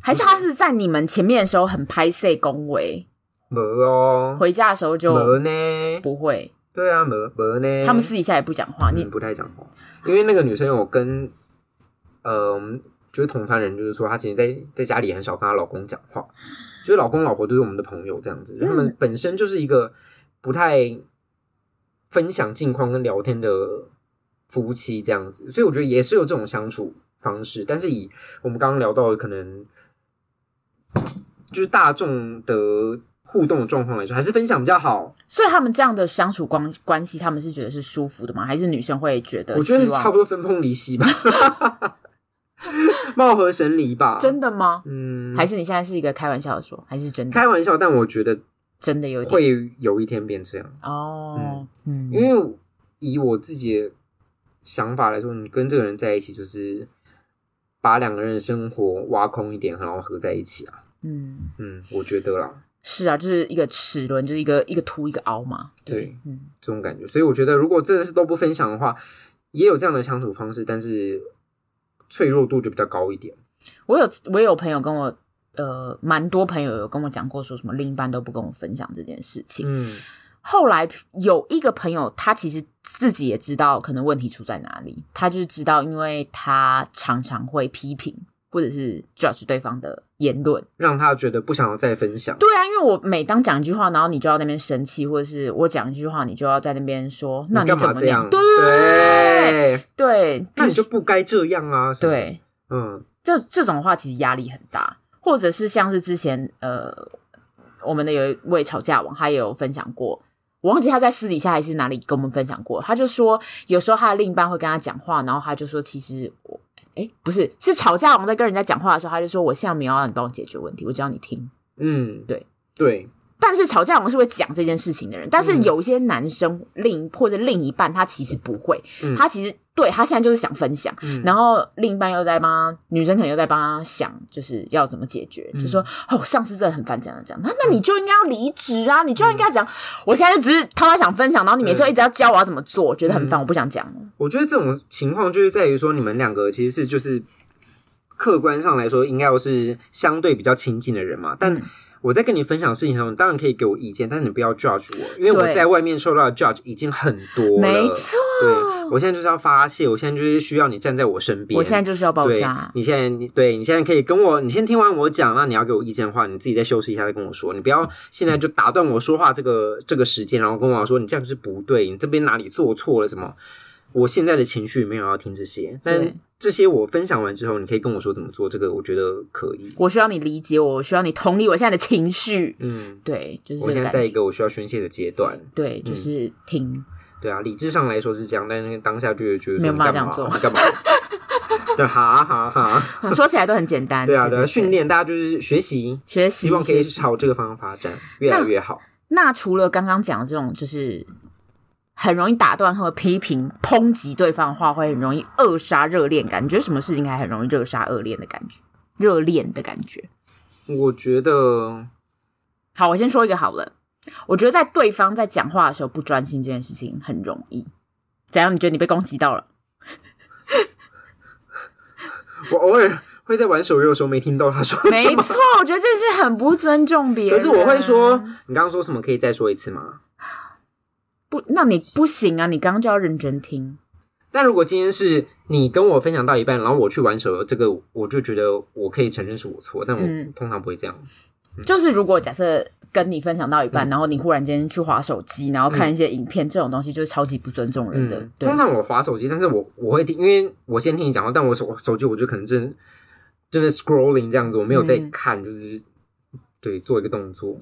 还是他是在你们前面的时候很拍 C 恭维，
没哦，
回家的时候就
没呢，
不会？
对啊，没没呢，
他们私底下也不讲话，
嗯
你
不太讲话，因为那个女生有跟，嗯、就是同团人，就是说她其实在在家里也很少跟她老公讲话，就是老公老婆就是我们的朋友这样子，
嗯
就他们本身就是一个不太分享近况跟聊天的夫妻这样子，所以我觉得也是有这种相处方式，但是以我们刚刚聊到的可能就是大众的互动的状况来说，还是分享比较好。
所以他们这样的相处关关系，他们是觉得是舒服的吗？还是女生会觉得
我
希
觉
望？
得差不多分崩离析吧， <laughs> 貌合神离吧。
真的吗？
嗯，
还是你现在是一个开玩笑的说，还是真的？
开玩笑，但我觉得
真的有点
会有一天变这样，
哦，嗯，
因为以我自己的想法来说，你跟这个人在一起就是。把两个人的生活挖空一点，然后合在一起啊，
嗯，
嗯，我觉得啦，
是啊，就是一个齿轮，就是一个一个凸一个凹嘛。
对，
嗯，
这种感觉。所以我觉得，如果真的是都不分享的话，也有这样的相处方式，但是脆弱度就比较高一点。
我有我有朋友跟我，呃，蛮多朋友有跟我讲过，说什么另一半都不跟我分享这件事情。
嗯
后来有一个朋友，他其实自己也知道可能问题出在哪里，他就是知道，因为他常常会批评或者是 judge 对方的言论。
让他觉得不想要再分享。
对啊，因为我每当讲一句话，然后你就要在那边生气，或者是我讲一句话，你就要在那边说，那
你
怎
干
么
嘛这样？
对对
对，
对，
那你就不该这样啊！什么，
对，
嗯，
这这种话其实压力很大，或者是像是之前呃，我们的有一位吵架王，他也有分享过，我忘记他在私底下还是哪里跟我们分享过，他就说有时候他的另一半会跟他讲话，然后他就说其实我。哎，不是，是吵架王在跟人家讲话的时候，他就说：“我现在没有要你帮我解决问题，我只要你听。
嗯，
对
对，”
但是吵架王是会讲这件事情的人，但是
嗯
有一些男生另或者另一半，他其实不会，
嗯
他其实对他现在就是想分享，
嗯
然后另一半又在帮他女生，可能又在帮他想，就是要怎么解决，
嗯
就说哦，我上次真的很烦，这样这样，那那你就应该要离职啊，你就应该讲，我现在就只是他妈想分享，然后你每次都一直要教我要怎么做，我觉
嗯
得很烦，我不想讲了。
我觉得这种情况就是在于说，你们两个其实是就是客观上来说，应该要是相对比较亲近的人嘛。但
嗯
我在跟你分享事情的时候，你当然可以给我意见，但是你不要 judge 我，因为我
对
在外面受到的 judge 已经很多了。
没错，
对我现在就是要发泄，我现在就是需要你站在我身边。
我现在就是要爆
对
炸，
你现在你对你现在可以跟我，你先听完我讲，那你要给我意见的话，你自己再休息一下再跟我说，你不要现在就打断我说话这个这个时间，然后跟我讲说你这样是不对，你这边哪里做错了什么？我现在的情绪没有要听这些，
对
但这些我分享完之后，你可以跟我说怎么做，这个我觉得可以。
我需要你理解我，我需要你同理我现在的情绪，
嗯，
对，就是
我
这
现
个
在
感
在一嗯
觉，
个我需要宣泄的阶段，
对，就是
<laughs>
听，
对啊，理智上来说是这样，但是当下就会觉得
没
说
有
你
办法
干嘛
这样做
你干嘛？对，哈哈哈。
说起来都很简单，
对啊，对
<laughs>
啊，
对
训练大家就是学习，
学习，
希望可以
学习
朝这个方向发展，越来越好。
那除了刚刚讲的这种，就是很容易打断和批评、抨击对方的话，会很容易扼杀热恋感。你觉得什么事情还很容易扼杀热恋的感觉？热恋的感觉。
我觉得，
好，我先说一个好了。我觉得在对方在讲话的时候不专心这件事情很容易。怎样？你觉得你被攻击到了？
我偶尔会在玩手游的时候没听到他说
没
什么，
错，我觉得这是很不尊重别人。啊
<laughs> 可是我会说，你刚刚说什么？可以再说一次吗？
不，那你不行啊！你刚刚就要认真听。
但如果今天是你跟我分享到一半，然后我去玩手游，这个我就觉得我可以承认是我错，但
嗯
我通常不会这样。
就是如果假设跟你分享到一
嗯
半，然后你忽然间去划手机，然后看一些影片，这种东西就是超级不尊重人的。
嗯，
对
通，常我划手机，但是我我会听，因为我先听你讲话，但我手手机我就可能真真的 scrolling 这样子，我没有在
嗯
看，就是对做一个动作。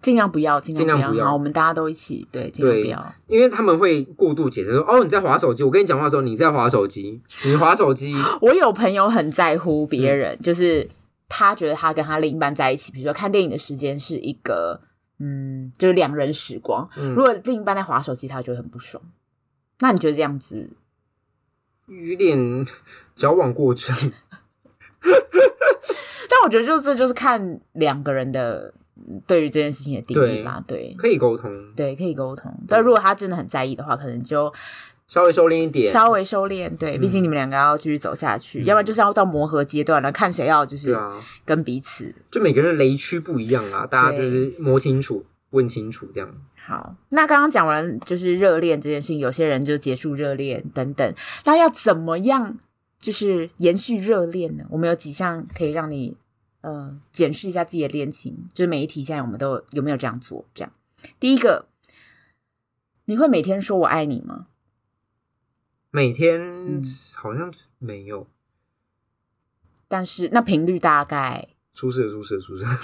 尽量不要，尽
尽量
不
不要
好，我们大家都一起对，尽量不要。
因为他们会过度解释说：“哦，你在划手机。”我跟你讲话的时候，你在划手机，你划
<gasps>
手机。
我有朋友很在乎别人，就是他觉得他跟他另一半在一起，比如说看电影的时间是一个，嗯，就是两人时光。
嗯
如果另一半在划手机，他就会很不爽。那你觉得这样子
有点矫枉过正。
但我觉得就这就是看两个人的嗯对于这件事情的定义啦，对
可以沟通，
对，可以沟通。但如果他真的很在意的话，可能就
稍微收敛一点。
稍微收敛，对，毕
嗯
竟你们两个要继续走下去，要不然就是要到磨合阶段了，看谁要就
对
是
啊，
跟彼此。
就每个人雷区不一样啊，大家就
对
是摸清楚、问清楚这样。
好，那刚刚讲完就是热恋这件事情，有些人就结束热恋等等，那要怎么样就是延续热恋呢？我们有几项可以让你呃检视一下自己的恋情，就是每一题现在我们都有有没有这样做？这样，第一个，你会每天说我爱你吗？
每天、
嗯
好像没有，
但是那频率大概
出事了，出事了，出事了！ <laughs>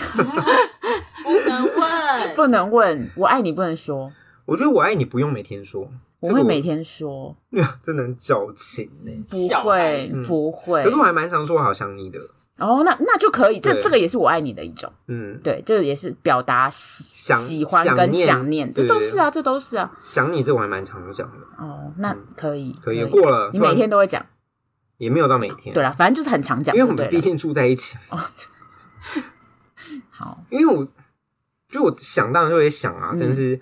不能问，
不能问“我爱你”，不能说，
我觉得我爱你不用每天说， <laughs>
我
这个
会每天说，
真的很矫情呢、
不
小孩
会
子，
不会
嗯可。是我还蛮常说我好想你的，
哦，那那就可以，这
对
这个也是我爱你的一种，
嗯，
对，这也是表达喜
想
喜欢
想
跟
念
想念，这
对
都是啊，这都是啊。
想你这我还蛮常讲的，
哦，那
嗯
可以，
可以过了，
你
不然
每天都会讲，
也没有到每天，
对啦，反正就是很常讲，
因为我
就
们
对
毕
了。
竟住在一起，
好，
因为我就我想当然就会想啊，
嗯
但是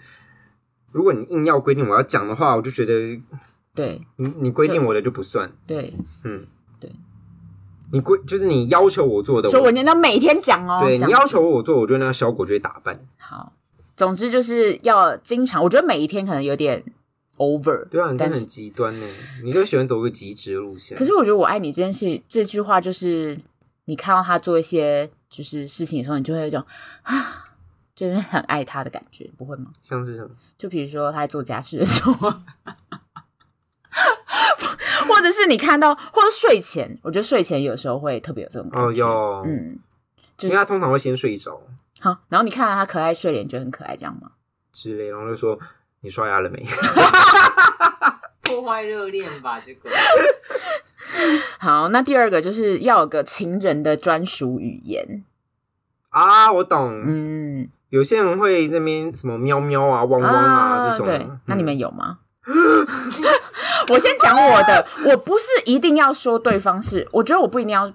如果你硬要规定我要讲的话，我就觉得
对
你你规定我的就不算，
对，
嗯，
对，
你规就是你要求我做的，
所以我人家每天讲哦，
对
这
你
样
要
子
求我做，我就那个小果就会打扮，
好，总之就是要经常，我觉得每一天可能有点 over，
对啊，你真
但
的
是
很极端呢，你就喜欢走个极致的路线，
可是我觉得“我爱你”这件事，这句话就是你看到他做一些就是事情的时候，你就会有一种 <gasps> 啊，真的很爱他的感觉，不会吗？
像是什么？
就比如说他在做家事的时候 <laughs> 啊，或者是你看到，或者睡前，我觉得睡前有时候会特别有这种感
哦
觉。
哟，
嗯，就
因
是
为他通常会先睡着
好，然后你看到他可爱睡脸，觉得很可爱，这样吗？
之类，然后就说你刷牙了没？ <laughs>
破坏热恋吧，这个
好，那第二个就是要有个情人的专属语言。
啊，我懂，
嗯，
有些人会那边什么喵喵啊、汪汪啊这种。
对
嗯，
那你们有吗？ <laughs> 我先讲我的，我不是一定要说对方是，我觉得我不一定要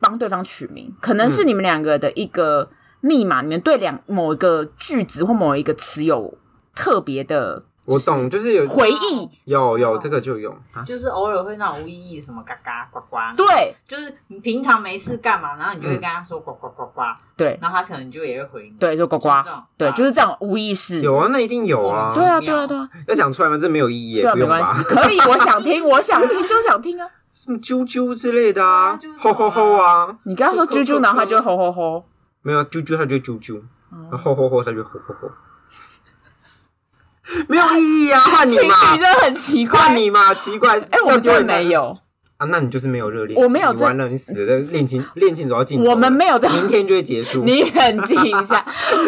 帮对方取名，可能是
嗯
你们两个的一个密码，你们对两某一个句子或某一个词有特别的
我懂，就是有
回
哦
忆，
有有这个就有啊，
就是偶尔会那种无意义什么嘎嘎呱呱，，
对
就是你平常没事干嘛，然后你就会跟他说呱呱呱呱，
对
然后他可能就也会回你，
对，就呱呱
就是这种，
对，
啊
就是这样无意识，
有啊，那一定有啊，
对啊，对啊，对啊，
要讲出来吗？这没有意
对
义耶，
啊，
不
没
用
关系，
吧？
可以，我想听，我想听就想听啊。
什么啾啾之类的啊
对啊就是，这
吼
种
吼
啊
吼啊，
你跟他说
哭哭
啾啾，
哭
然后他就吼吼吼。
没有啊啾啾，他就啾啾，然后
哦
吼吼吼，他就吼吼吼， <laughs> 没有意义啊，换
<laughs>
你
情绪真
嘛，
的很奇怪
换。你嘛，奇怪，
哎、我
要
们
丢
真的
人家
没有，
啊，那你就是没有热恋期，
我没有
你
这
完了，你死了，
<laughs>
恋情恋情走到尽头了，
我们没有这
明天就会结束，
<laughs> 你冷静一下，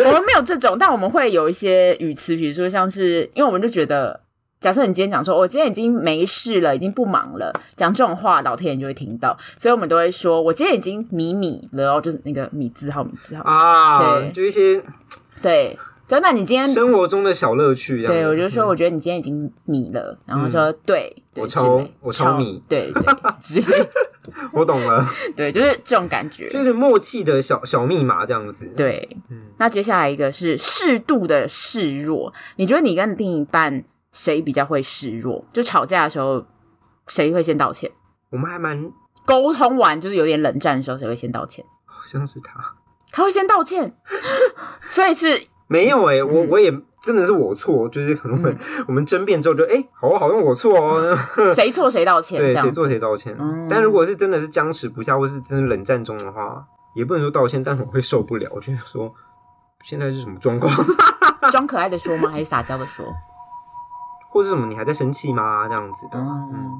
我们没有这种，但我们会有一些语词，比如说像是，因为我们就觉得，假设你今天讲说，我今天已经没事了，已经不忙了，讲这种话，老天爷就会听到，所以我们都会说，我今天已经米米了哦，就是那个米字号，米字号，
啊，
对
就一些
对，对，那你今天，
生活中的小乐趣这样子。
对我就说，
嗯
我觉得你今天已经米了，然后说对，对
我
之
超
类
我超米，
对对 <laughs> 之类，
<laughs> 我懂了，
对，就是这种感觉，
就是默契的小小密码这样子。，
对。
嗯，
那接下来一个是适度的示弱，你觉得你跟另一半谁比较会示弱？就吵架的时候，谁会先道歉？
我们还蛮
沟通完就是有点冷战的时候，谁会先道歉？
好像是他，
他会先道歉， <laughs> 所以是
没有哎，
嗯
我我也真的是我错，就是可能我们我们争辩之后就哎，好啊好像我错哦，
谁错谁道歉这
<laughs> 对，谁
样
错
子。
谁道歉
嗯。
但如果是真的是僵持不下，或是真的冷战中的话，也不能说道歉，但我会受不了，就是说现在是什么状况， <laughs>
装可爱的说吗？还是撒娇的说？
或是什么你还在生气吗？这样子的，嗯
嗯，，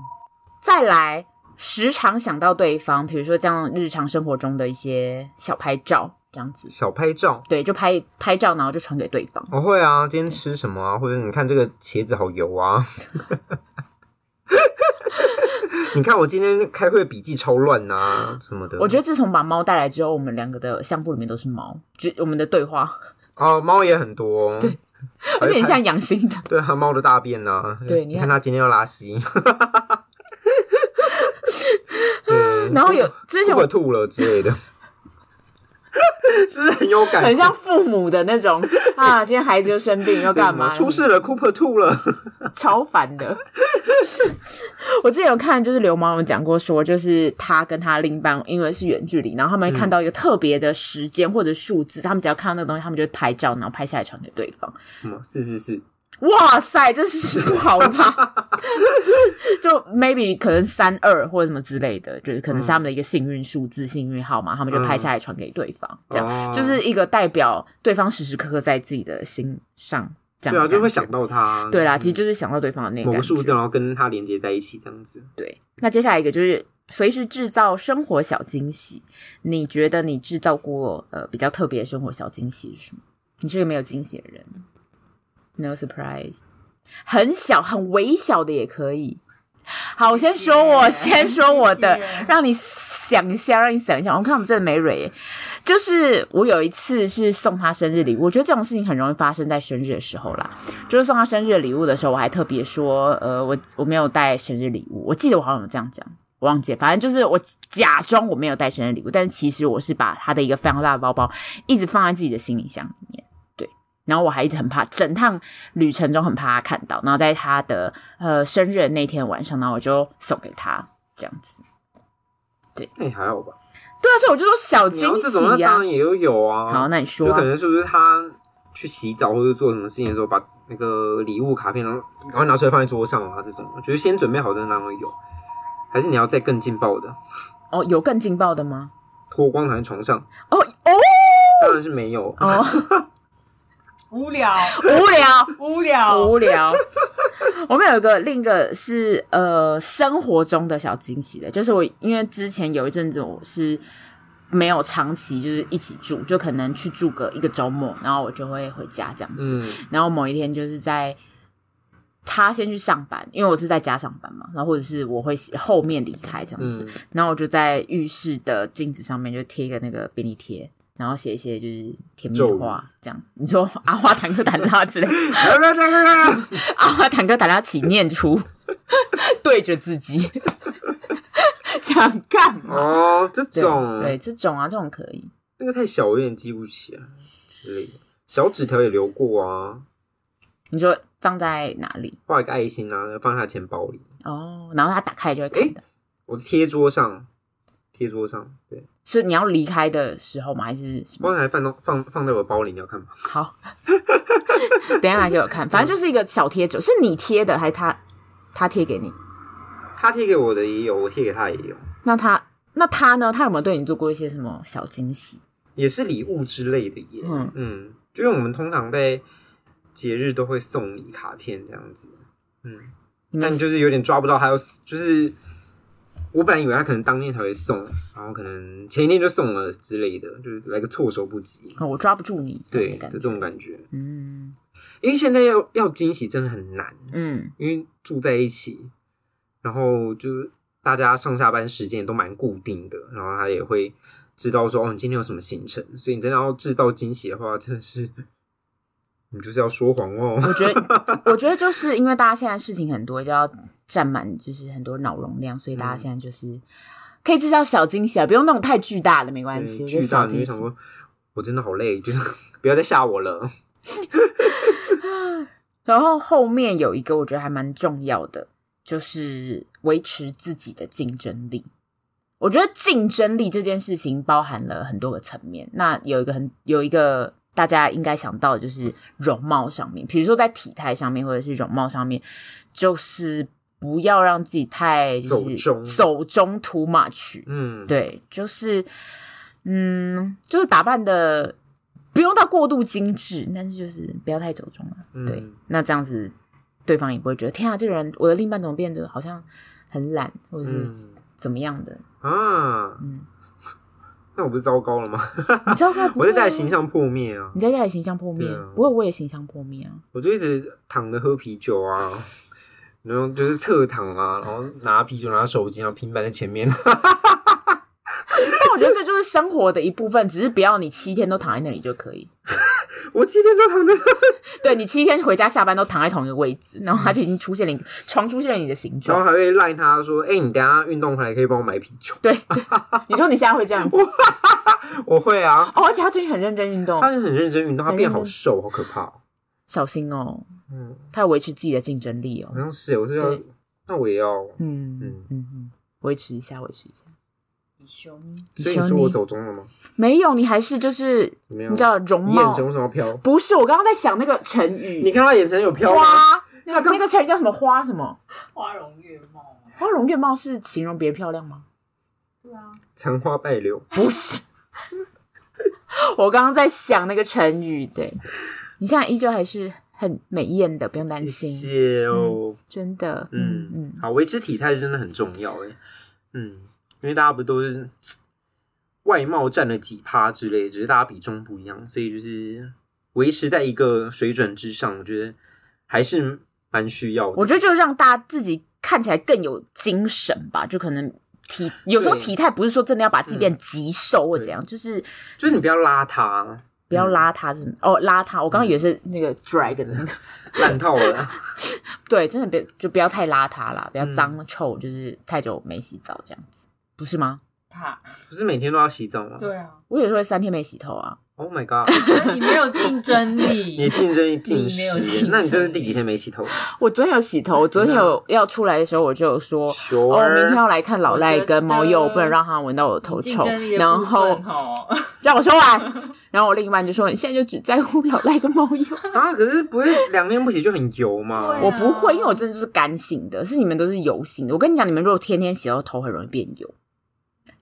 再来，时常想到对方，比如说这样日常生活中的一些小拍照，这样子，
小拍照。
对，就拍拍照，然后就传给对方。
我会啊，今天吃什么啊？或者你看这个茄子好油啊！ <laughs> 你看我今天开会笔记超乱呐、什么的。
我觉
得
得自从把猫带来之后，我们两个的相簿里面都是猫，就我们的对话，
哦，猫也很多，对，
而且你现在养新的，
对啊，猫的大便呐、
对
你
你看
看它今天要拉稀， <laughs> 对
然后有之前
会不会
我
吐了之类的， <laughs> 是不是很有感？
很像父母的那
<laughs>
种啊，今天孩子又生病又
对
干嘛，
出事了，Cooper 吐了。 <laughs>
超烦的。 <laughs> 我之前有看，就是刘毛有讲过说，就是他跟他另一半因为是远距离，然后他们会
嗯
看到一个特别的时间或者数字，他们只要看到那个东西，他们就会拍照，然后拍下来传给对方。
什么？是是是，
哇塞，这是不好了
<laughs>
吧？就 maybe 可能三二或者什么之类的，就是可能是他们的一个幸运数字、幸运号码，他们就拍下来传给对方，这样、
哦
就是一个代表对方时时刻刻在自己的心上，这样
对啊，
的感
就会
觉
想。到它。
对啦，其实
嗯
就是想到对方的那个
某
感
个
觉
数字，然后跟它连接在一起，这样子。
对，那接下来一个就是随时制造生活小惊喜。你觉得你制造过呃比较特别的生活小惊喜是什么？你是个没有惊喜的人，no surprise，很小很微小的也可以。好，我先说我，
谢谢
先说我的
谢谢，
让你想一下，让你想一下。我看我们真的没蕊耶，就是我有一次是送他生日礼物，我觉得这种事情很容易发生在生日的时候啦。就是送他生日礼物的时候，我还特别说，呃，我我没有带生日礼物，我记得我好像有这样讲，我忘记了，反正就是我假装我没有带生日礼物，但是其实我是把他的一个非常大的包包一直放在自己的行李箱里面。对，然后我还一直很怕，整趟旅程中很怕他看到，然后在他的呃生日的那天晚上，然后我就送给他这样子。
那也哎还好吧。
对啊，所以我就说小
你要
惊
这种，那
喜呀、
当然也有有啊。
好，那你说
就
啊、
可能是不是他去洗澡或者做什么事情的时候，把那个礼物卡片，然后赶快拿出来放在桌上啊，这种，我觉得先准备好的当然有，还是你要再更劲爆的，
哦，有更劲爆的
<laughs>
吗？
脱光躺在床上，
哦哦
当然是没有。
哦，<laughs>
无聊，
无聊。
无
哦
聊，
无聊。我们有一个另一个是呃生活中的小惊喜的，就是我因为之前有一阵子我是没有长期就是一起住，就可能去住个一个周末，然后我就会回家这样子。
嗯，
然后某一天就是在他先去上班，因为我是在家上班嘛，然后或者是我会后面离开这样子。
嗯
然后我就在浴室的镜子上面就贴一个那个便利贴。然后写一些就是甜蜜
咒
的
语
话，这样你说阿花坦克坦克
<laughs>
之类的，
嗯，
阿华坦克打拉起念出，对着自己，想干嘛？
哦，这
对啊
种
对这种啊，这种可以。
那个太小，我有点记不起来之类的。小纸条也留过啊，
你说放在哪里？
画一个爱心啊，放在他钱包里，
哦，然后他打开就会看到。
我贴桌上，贴桌上，对，
是你要离开的时候吗？还是什
我
么？
刚才放到放放在我包里，你要看吗？
好，等一下拿给我看。反正就是一个小贴纸，是你贴的还是他他贴给你？
他贴给我的也有，我贴给他也有。
那他那他呢？他有没有对你做过一些什么小惊喜？
也是礼物之类的耶。
嗯
嗯嗯，就因为我们通常在节日都会送礼卡片这样子。嗯，
你
但
们
就是有点抓不到他要，就是我本来以为他可能当天才会送，然后可能前一天就送了之类的，就是来个措手不及。
哦我抓不住你，这种
对的
感
这
觉
种感觉，
嗯
因为现在要要惊喜真的很难，
嗯，
因为住在一起，然后就是大家上下班时间也都蛮固定的，然后他也会知道说哦，你今天有什么行程，所以你真的要制造惊喜的话，真的是你就是要说谎哦。
我觉得， <laughs> 我觉得就是因为大家现在事情很多，就要占满就是很多脑容量，所以大
嗯
家现在就是可以制造小惊喜啊，不用那种太巨大的，没关系。
对
我觉得
巨
小
大，你
惊
就
喜
想，说，我真的好累，就是 <laughs> 不要再吓我了。
然后后面有一个我觉得还蛮重要的，就是维持自己的竞争力。我觉得竞争力这件事情包含了很多个层面。那有一个很有一个大家应该想到的就是容貌上面，比如说在体态上面或者是容貌上面，就是不要让自己太就是
走中
走中 too much。
嗯，，
对，就是嗯，就是打扮的不用到过度精致，但是就是不要太走中啊了。
嗯
对，那这样子对方也不会觉得天啊，这个人我的另一半怎么变得好像很懒，或者是
嗯
怎么样的？
啊，
嗯，
<laughs> 那我不是糟糕了吗？ <laughs>
你知道他
我在家里形，象破灭啊，
你在家里形象破灭
对啊，
不过我也形象破灭啊。 <laughs>
我就一直躺着喝啤酒啊，然后就是侧躺啊，然后拿啤酒拿手机，然后平板在前面。 <laughs>
但我觉得这就是生活的一部分，只是不要你七天都躺在那里就可以。
我今天都躺在，
对你七天回家下班都躺在同一个位置，然后他就已经出现了你床出现了你的形
然后
状。
还会赖他说：“哎、你等一下运动回来可以帮我买啤酒。”
对， <laughs> 对你说你现在会这样子
我会啊，
哦，而且他最近很认真运动
他，是很认真运动，他变
很认
好
真
瘦，好可怕、哦。
小心哦，
嗯，
他要维持自己的竞争力哦
好。像是耶，欸我是要
对，
那我也要。
嗯嗯
嗯
嗯，维持一下，维持一下。
你凶，
所以
你说
你说我
你
走中了吗？
没有，你还是就是
怎么样
你知道容
你
貌
眼神为什么要飘？ <laughs>
不是？我刚刚在想那个成语，
你看他眼神有飘吗？
花那个那个成语叫什么花什么
花容月貌啊，
花容月貌是形容别人漂亮吗？
对啊，
残花败柳，
不是， <laughs> 我刚刚在想那个成语。对你现在依旧还是很美艳的，不用担
谢
心，
谢哦。
真的。嗯
嗯
嗯，
欸好，维持体态真的很重要哎。嗯，因为大家不都是外貌占了几趴之类，只是大家比重不一样，所以就是维持在一个水准之上，我觉得还是蛮需要的。
我觉得就让大家自己看起来更有精神吧，就可能体有时候
对嗯
体态不是说真的要把自己变极瘦或怎样，就是
就是你不要邋遢，
不
嗯
要邋遢是什么、哦邋遢，我刚刚以为是那个 drag 的那个， <laughs>
烂套了。 <laughs>
对，真的别就不要太邋遢啦，
嗯
不要脏臭，就是太久没洗澡这样子，不是吗？
怕
不是每天都要洗澡吗
对啊，
我有时候会三天没洗头啊，
？Oh my god！
你没有竞争
你的
力，
竞争力近
你没有
十
竞
年，那你这是
争
第几天没洗头？
我昨天有洗头，我昨天
嗯
有要出来的时候我就有说。
熊
哦，明
儿
天要来看老赖跟猫鼬，不能让他闻到我的头
你竞
臭
争力。的
然
部
后
分哦，
让我说
<laughs>
完，然后我另一半就说：“你现在就只在乎老赖跟猫鼬。”
啊，可是不会两天不洗就很油吗？
对啊
我不会，因为我真的就是干性的，是你们都是油性的。我跟你讲，你们如果天天洗头，头很容易变油，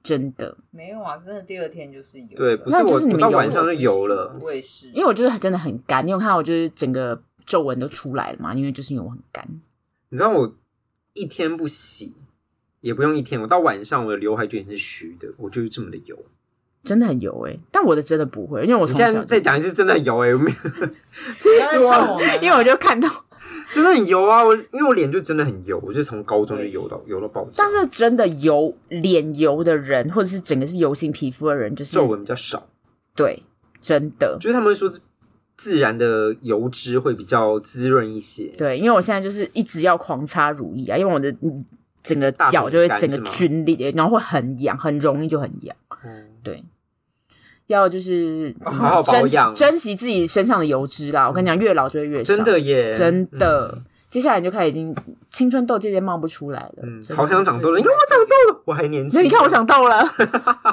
真的。
<laughs> 没有啊，真的第二天就是有了，
对，不
那
是
就
我，
是你
我
们
到
油
晚上就油了。
我也是，
因为我就是真的很干，你有看到我就是整个皱纹都出来了嘛？因为就是因为我很干。
你知道我一天不洗，也不用一天，我到晚上我的刘海就已经是虚的，我就是这么的油。
真的很油哎、但我的真的不会，因为我
你
从
现在
小
再讲一次，真的很油哎、我没有，气
不要
死
再笑我
我！
们了，
因为我就看到，
真的很油啊，我因为我脸就真的很油，我就从高中就油到油到爆炸
但。是真的油脸油的人，或者是整个是油性皮肤的人，就是
皱纹比较少，
对，真的
就是他们会说自然的油脂会比较滋润一些。
对，因为我现在就是一直要狂擦乳液啊，因为我的嗯整个
大腿
脚就会
很干
整个
是吗
皲裂，然后会很痒，很容易就很痒。
嗯，
要就是
哦好
怎么
好保
珍惜
养嗯
珍惜自己身上的油脂啦。我跟你讲，越老就会越少，
真的耶，
真的。
嗯
接下来你就开始已经青春痘渐渐冒不出来了，
嗯，
真的
好想长痘了！你看我长痘了，我还年
那
轻。
你看我，长痘了，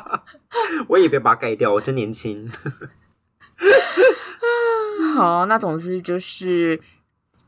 <laughs>
我也别把它盖掉，我真年轻。
啊好，那总之就是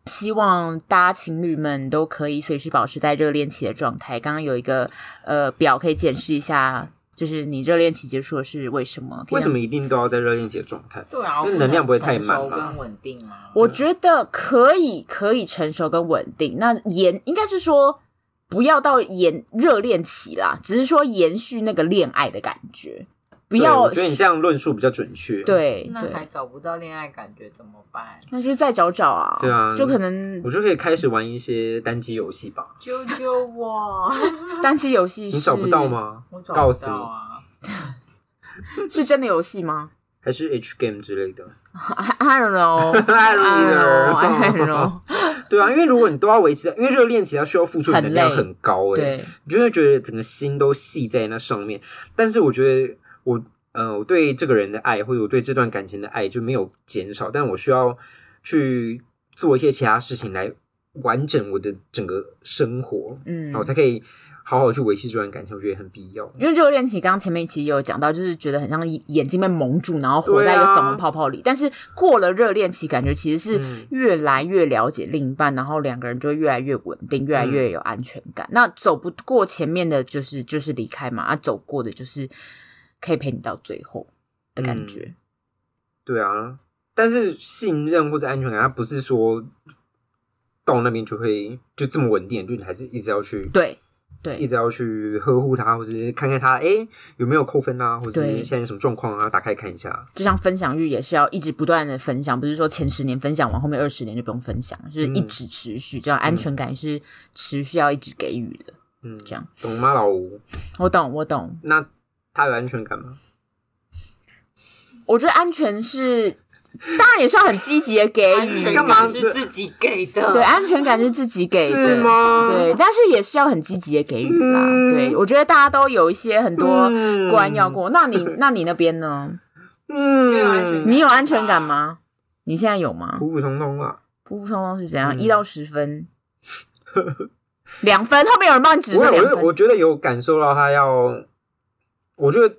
希望大家情侣们都可以随时保持在热恋期的状态。刚刚有一个呃表可以检视一下，就是你热恋期结束的是为什么？可以
为什
让？
么一定都要在热恋期的状态？
对啊，
那能量不会太满
成熟
吗
跟稳定啊吗？
我觉得可以，可以成熟跟稳定。那延应该是说不要到延热恋期啦，只是说延续那个恋爱的感觉，不
不
要
我觉得你这样论述比较准确。，
对
那还
对，
找不到恋爱感觉怎么办？
那就是再找找啊，
对啊
就可能
我就可以开始玩一些单机游戏吧。
救救 <laughs> 我！
单机游戏
你
是
找不到？吗？
我找
告
不
诉
到
我，
啊，
<laughs> 是真的游戏吗？
还是 H game 之类的
I I don't know.
<laughs> ？I don't
know. I don't
<laughs> either
know.
对啊，因为如果你都要维持在，因为热恋期它需要付出的能量
很累
很高哎、
对，
你就会觉得整个心都系在那上面。但是我觉得我，呃，我对这个人的爱，或者我对这段感情的爱就没有减少，但我需要去做一些其他事情来完整我的整个生活，
嗯
然后我才可以好好去维系这段感情，我觉得很必要。
因为热恋期，刚刚前面其实有讲到，就是觉得很像眼睛被蒙住，然后活在一个
对啊
粉红泡泡里。但是过了热恋期，感觉其实是
嗯
越来越了解另一半，然后两个人就会越来越稳定，
嗯
越来越有安全感。那走不过前面的，就是就是离开嘛，啊，走过的就是可以陪你到最后的
嗯
感觉。
对啊，但是信任或者安全感，它不是说到那边就会就这么稳定，就你还是一直要去
对
一
对
直要去呵护它，或者是看看它，哎、有没有扣分啊，或者
对
是现在什么状况啊，打开看一下。
就像分享欲也是要一直不断的分享，不是说前十年分享完，后面二十年就不用分享，就是一
嗯
直持续，这样安全感是持续要一直给予的。
嗯，
这样
懂吗，老吴？
我懂，我懂。
那他有安全感吗？
我觉得安全是，当然也是要很积极的给
安
予
全，
干嘛
感是自己给的，
对，安全感是自己给的，
是吗？
对，，但是也是要很积极的给予啦。
嗯
对，我觉得大家都有一些很多
嗯
关要过。那你那你那边呢？
没有安全
嗯，
感
你有安全感吗？你现在有吗？
普普通通啊。
普普通通是怎样？
嗯
啊一、到十分，两分，后面有人帮你指出
我
两
我
分。
我觉得有感受到他要，我觉得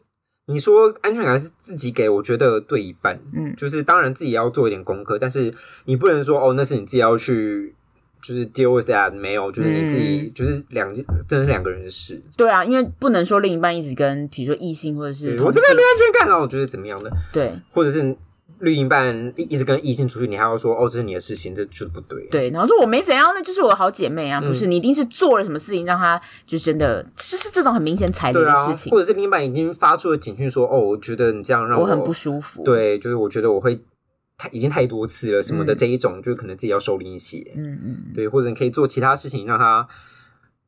你说安全感是自己给，我觉得对一半，
嗯
就是当然自己也要做一点功课，但是你不能说哦，那是你自己要去。就是 deal with that 没有，就是你自己，
嗯
就是两，真的是两个人的事。
对啊，因为不能说另一半一直跟，比如说异性或者是
哦
同
我真
性
的，没安全感啊，我觉得怎么样的，
对
或者是绿营办一一直跟异性出去，你还要说哦，这是你的事情，这就是不对。
对，然后说我没怎样，那就是我的好姐妹啊，不
嗯
是、你一定是做了什么事情让她就真的就是这种很明显踩雷
对
的
啊
事，情，
或者是另一半已经发出了警讯说，哦，我觉得你这样让
我很不舒服。，
对，就是我觉得我会太已经太多次了什么的
嗯
这一种，就可能自己要收敛一些，
嗯嗯，
对，或者你可以做其他事情让他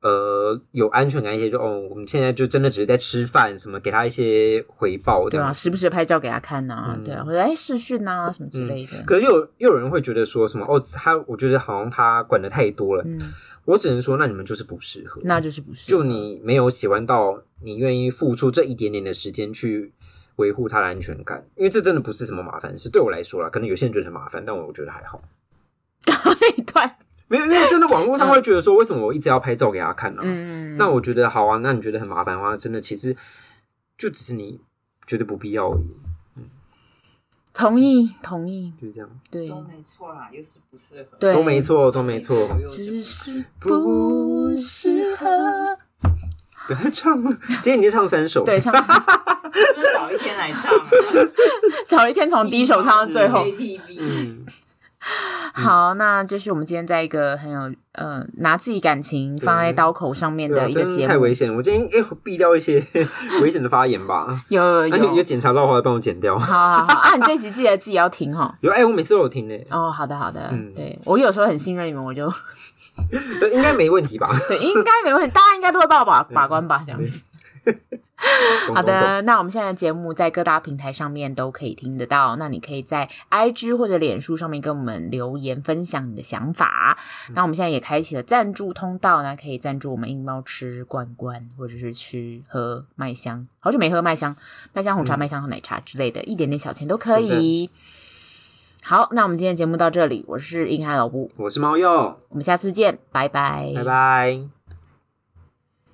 呃有安全感一些，就哦，我们现在就真的只是在吃饭什么，给他一些回报这
对啊，
样。
时不时拍照给她看呐、
嗯
对啊，或者哎视讯呐、什么之类的，
可是又有又有人会觉得说什么哦，他我觉得好像他管的太多了，
嗯，
我只能说那你们就是不适合，
那就是不是 <laughs>
就你没有喜欢到你愿意付出这一点点的时间去维护他的安全感，因为这真的不是什么麻烦事。对我来说啦，可能有些人觉得很麻烦，但我觉得还好。
那一段，
没有，因为真的网络上会觉得说，为什么我一直要拍照给他看呢、
嗯，
那我觉得好啊，那你觉得很麻烦的话，真的其实就只是你觉得不必要而已，
同意同意，
就是这样，
对
都没错啦，又是不适合。
对，
都没，错，都没错。
又
只
是
是不适合。
不要唱了，今天已经唱三首，
对，，唱
不是早一天来
<laughs>
唱啊，
找了一天从第一首唱到最后。
KTV
嗯，
好，那就是我们今天在一个很有呃拿自己感情放在刀口上面
对啊，
的一个
真
节
的太
目，
危险了。我今天哎避掉一些危险的发言吧，
有有
那有有
有，
检查到的话帮我剪掉。
好好好啊！你这集记得自己要听哈。
有哎，我每次都有听呢，
哦，好的好的，
嗯
对我有时候很信任你们，我就
呃应该没问题吧？
对应该没问题，大家应该都会帮我把把关吧，这样子。
懂
好，
懂懂
的，那我们现在的节目在各大平台上面都可以听得到，那你可以在 IG 或者脸书上面跟我们留言分享你的想法。
嗯
那我们现在也开启了赞助通道呢，可以赞助我们硬猫吃罐罐，或者是吃喝麦香，好久没喝麦香，麦香红茶、
嗯
麦香和奶茶之类的，一点点小钱都可
真
以。好，那我们今天的节目到这里，我是硬汉老布，
我是猫鼬，
我们下次见，拜拜，
拜。拜。